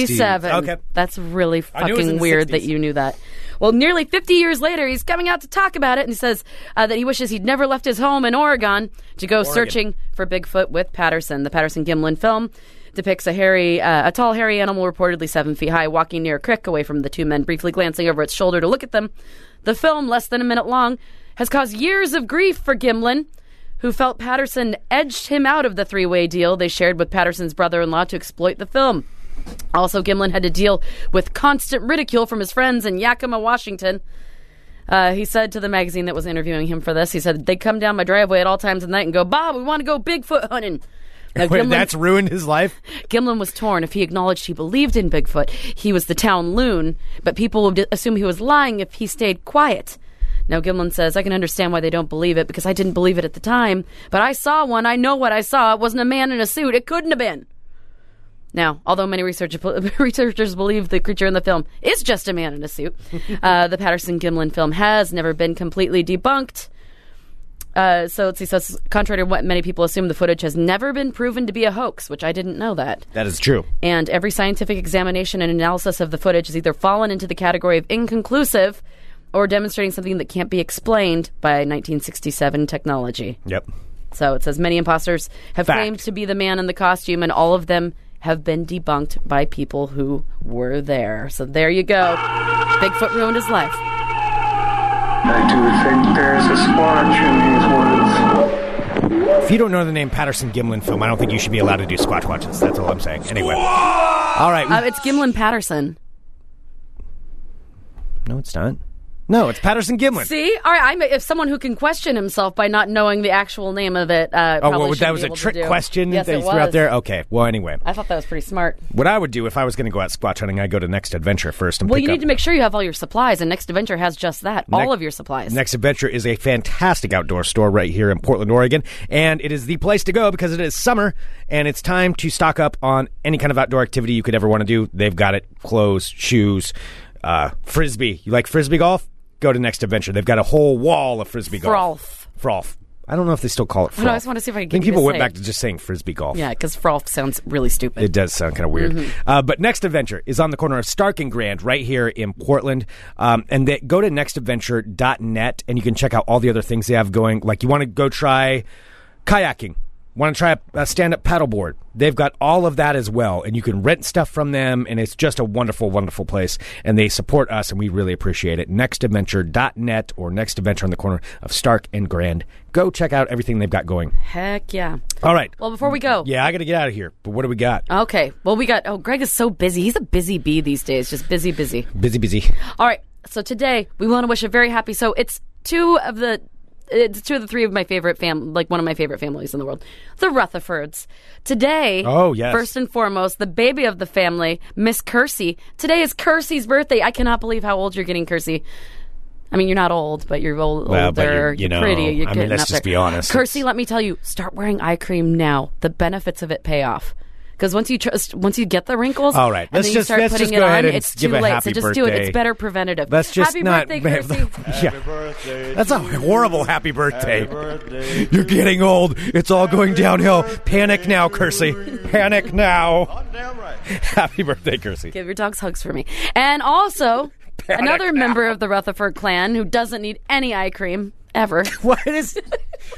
S1: 60. Okay.
S2: That's really
S1: I knew it was in
S2: fucking
S1: the
S2: weird
S1: 60s.
S2: that you knew that. Well, nearly 50 years later, he's coming out to talk about it and he says uh, that he wishes he'd never left his home in Oregon to go searching for Bigfoot with Patterson, the Patterson Gimlin film. depicts a hairy, uh, a tall, hairy animal, reportedly seven feet high, walking near a creek away from the two men, briefly glancing over its shoulder to look at them. The film, less than a minute long, has caused years of grief for Gimlin, who felt Patterson edged him out of the three way deal they shared with Patterson's brother in law to exploit the film. Also, Gimlin had to deal with constant ridicule from his friends in Yakima, Washington. Uh, he said to the magazine that was interviewing him for this, he said, They come down my driveway at all times of the night and go, Bob, we want to go Bigfoot hunting. Now,
S1: *laughs* Wait,
S2: Gimlin-
S1: that's ruined his life.
S2: Gimlin was torn if he acknowledged he believed in Bigfoot. He was the town loon, but people would assume he was lying if he stayed quiet. Now, Gimlin says, I can understand why they don't believe it because I didn't believe it at the time, but I saw one. I know what I saw. It wasn't a man in a suit. It couldn't have been. Now, although many research, *laughs* researchers believe the creature in the film is just a man in a suit, uh, the Patterson Gimlin film has never been completely debunked. Uh, so let's see. So, it's contrary to what many people assume, the footage has never been proven to be a hoax, which I didn't know that
S1: That is true.
S2: and every scientific examination and analysis of the footage has either fallen into the category of inconclusive or demonstrating something that can't be explained by 1967 technology.
S1: Yep.
S2: So it says many imposters have
S1: Fact.
S2: claimed to be the man in the costume, and all of them have been debunked by people who were there. So there you go. Bigfoot ruined his life.
S5: I do think there's a splotch in these woods.
S1: If you don't know the name Patterson Gimlin film, I don't think you should be allowed to do squat watches. That's all I'm saying. Anyway. All right.
S2: Uh, it's Gimlin Patterson.
S1: no, it's not. No, it's Patterson Gimlin. Oh,
S2: See, all right. I'm if someone who can question himself by not knowing the actual name of it. Uh,
S1: oh,
S2: probably
S1: well,
S2: should be
S1: that was a
S2: able to
S1: trick
S2: do.
S1: question
S2: Yes,
S1: that
S2: it
S1: you threw out
S2: was.
S1: there. Okay. Well, anyway,
S2: I thought that was pretty smart.
S1: what I would do if I was going to go out squat hunting, I go to Next Adventure first and
S2: Well,
S1: pick
S2: you
S1: up.
S2: need to make sure you have all your supplies, and Next Adventure has just that all
S1: Nec-
S2: of your supplies.
S1: Next Adventure is a fantastic outdoor store right here in Portland, Oregon, and it is the place to go because it is summer and it's time to stock up on any kind of outdoor activity you could ever want to do. They've got it: clothes, shoes, uh, frisbee. You like frisbee golf? Go to Next Adventure. They've got a whole wall of frisbee golf.
S2: Frolf.
S1: Frolf. I don't know if they still call it. Frolf.
S2: know, I just wanna see if I can get
S1: think
S2: you to
S1: people went
S2: say
S1: back
S2: it.
S1: to just saying frisbee golf.
S2: yeah, because Frolf sounds really stupid.
S1: It does sound kind of weird. Uh, but Next Adventure is on the corner of Stark and Grand right here in Portland. Um, and they, go to nextadventure.net and you can check out all the other things they have going. Like you want to go try kayaking. Want to try a, a stand-up paddleboard? They've got all of that as well, and you can rent stuff from them, and it's just a wonderful, wonderful place. And they support us, and we really appreciate it. Nextadventure.net or Next Adventure on the corner of Stark and Grand. Go check out everything they've got going.
S2: Heck yeah.
S1: All right,
S2: Well, Uh, before we go,
S1: yeah, I got to get out of here. But what do we got?
S2: okay. Well, we got. Oh, Greg is so busy. He's a busy bee these days. Just busy, busy.
S1: Busy, busy.
S2: All right. So today we want to wish a very happy. So it's two of the. It's two of the three of my favorite fam, like one of my favorite families in the world, the Rutherfords. Today,
S1: Oh, yes.
S2: first and foremost, the baby of the family, Miss Kersey. Today is Kersey's birthday. I cannot believe how old you're getting, Kersey. I mean, you're not old, but you're old,
S1: Well,
S2: older.
S1: but you're-
S2: You're,
S1: you know,
S2: pretty. You're
S1: I mean,
S2: getting
S1: let's
S2: up
S1: just
S2: there.
S1: be honest.
S2: Kersey,
S1: It's-
S2: let me tell you, start wearing eye cream now. The benefits of it pay off. Because once you trust, once you get the wrinkles,
S1: All right,
S2: and
S1: let's
S2: then you
S1: just-
S2: start
S1: let's
S2: putting
S1: just
S2: it
S1: go
S2: on,
S1: ahead and
S2: it's
S1: give
S2: too
S1: a
S2: late.
S1: happy
S2: so just do it.
S1: birthday.
S2: It's better preventative.
S1: Let's just
S2: happy
S1: not.
S2: birthday, Kirsty.
S1: yeah. That's a horrible happy birthday. You're getting old. It's all going downhill. Panic now, Kersey. Panic now. *laughs* Happy birthday, Kersey.
S2: *laughs* Give your dogs hugs for me.
S1: *laughs*
S2: And also,
S1: Panic
S2: another
S1: now.
S2: member of the Rutherford clan who doesn't need any eye cream
S1: *laughs*
S2: ever.
S1: What is?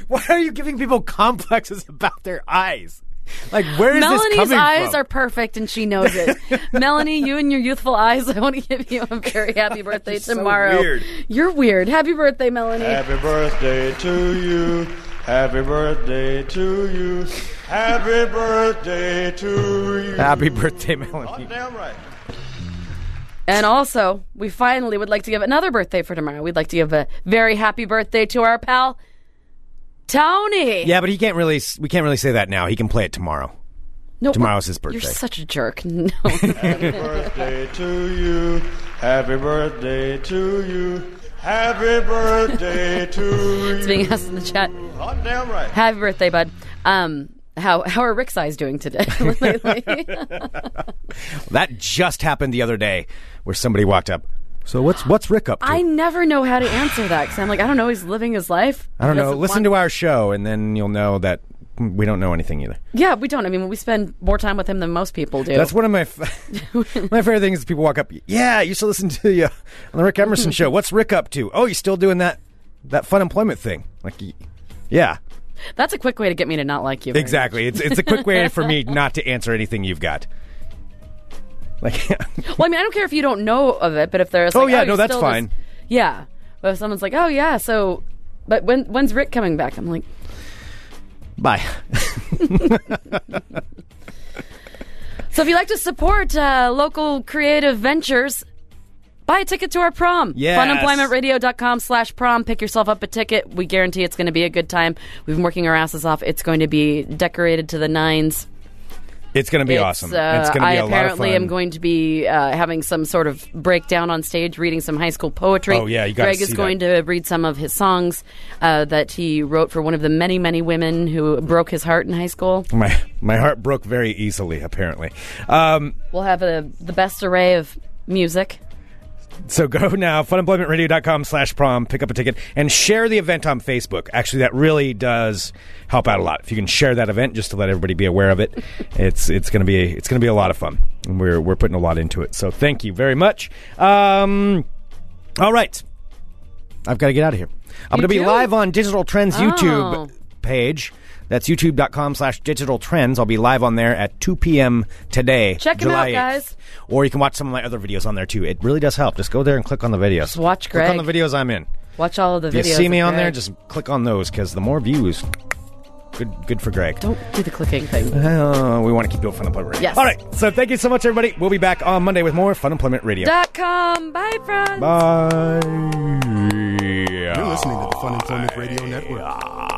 S1: Why are you giving people complexes about their eyes? Like, where is this
S2: Melanie's
S1: coming
S2: eyes
S1: from?
S2: are perfect, and she knows it.
S1: *laughs*
S2: Melanie, you and your youthful eyes, *laughs* I want to give you a very
S1: *laughs*
S2: happy birthday
S1: so
S2: tomorrow.
S1: weird.
S2: You're weird. Happy birthday, Melanie.
S6: Happy birthday to you. Happy birthday to you. Happy birthday to you.
S1: Happy birthday, Melanie.
S6: Damn right.
S2: And also, we finally would like to give another birthday for tomorrow. We'd like to give a very happy birthday to our pal, Tony.
S1: Yeah, but he can't really. s- We can't really say that now. He can play it tomorrow.
S2: No,
S1: Tomorrow's his birthday.
S2: You're such a jerk. *laughs* No.
S6: Birthday to you. Happy birthday to you. Happy birthday to
S2: *laughs* it's
S6: you.
S2: being asked in the chat.
S6: Hot damn right.
S2: Happy birthday, bud. Um, how how are Rick's eyes doing today? *laughs*
S6: *laughs*
S2: Lately?
S1: That just happened the other day, where somebody walked up. So what's what's Rick up to?
S2: I never know how to answer that because I'm like, I don't know. He's living his life.
S1: I don't
S2: He
S1: know.
S2: doesn't
S1: Listen
S2: want-
S1: to our show, and then you'll know that we don't know anything either.
S2: Yeah, we don't. I mean, we spend more time with him than most people do.
S1: That's one of my
S2: *laughs*
S1: f- my favorite things. Is people walk up. Yeah, I used to listen to you on the Rick Emerson show. What's Rick up to? Oh, you still doing that that fun employment thing? Like, y- yeah,
S2: That's a quick way to get me to not like you. very
S1: Exactly. It's it's a quick way for me not to answer anything you've got. Like *laughs*
S2: much. Well, I mean, I don't care if you don't know of it, but if there's
S1: Oh,
S2: like,
S1: yeah,
S2: you
S1: no, that's
S2: still
S1: fine.
S2: just- yeah, but if someone's like, oh yeah, so, but when when's Rick coming back? I'm like,
S1: bye. *laughs*
S2: so if you'd like to support uh, local creative ventures. Buy a ticket to our prom.
S1: Yes.
S2: Funemploymentradio.com slash prom. Pick yourself up a ticket. We guarantee it's going to be a good time. We've been working our asses off. It's going to be decorated to the nines.
S1: It's going to be
S2: It's,
S1: awesome.
S2: uh,
S1: it's going to
S2: I
S1: be a lot of
S2: apparently
S1: fun.
S2: am going to be uh, having some sort of breakdown on stage, reading some high school poetry.
S1: Oh, yeah, you gotta
S2: Greg
S1: see
S2: is going
S1: that.
S2: to read some of his songs uh, that he wrote for one of the many, many women who broke his heart in high school.
S1: my my heart broke very easily. Apparently, um,
S2: We'll have uh the best array of music.
S1: so go *laughs* now funemploymentradio.com slash prom. Pick up a ticket and share the event on Facebook. Actually, that really does help out a lot. If you can share that event, just to let everybody be aware of it,
S2: *laughs*
S1: it's it's going to be it's going to be a lot of fun. And we're we're putting a lot into it. So thank you very much. Um, all right, I've got to get out of here. I'm going to be
S2: do?
S1: live on Digital Trends
S2: Oh.
S1: YouTube page. That's youtube.com slash digital trends. I'll be live on there at 2 p.m. today.
S2: Check 'em
S1: July
S2: out,
S1: 8th.
S2: guys.
S1: Or you can watch some of my other videos on there too. It really does help. Just go there and click on the videos. Just
S2: watch
S1: Click on
S2: Greg.
S1: the videos I'm in.
S2: Watch all of the
S1: If you
S2: videos.
S1: see me
S2: of
S1: on there,
S2: Greg.
S1: just click on those because the more views, good good for Greg.
S2: don't do the
S1: *laughs*
S2: clicking thing.
S1: Uh, we want to keep doing Fun Employment Radio.
S2: Yes.
S1: All right. So thank you so much, everybody. We'll be back on Monday with more Fun Employment Radio.
S2: Dot com. Bye, friends.
S1: Bye.
S7: You're listening to the Fun Employment Radio Network.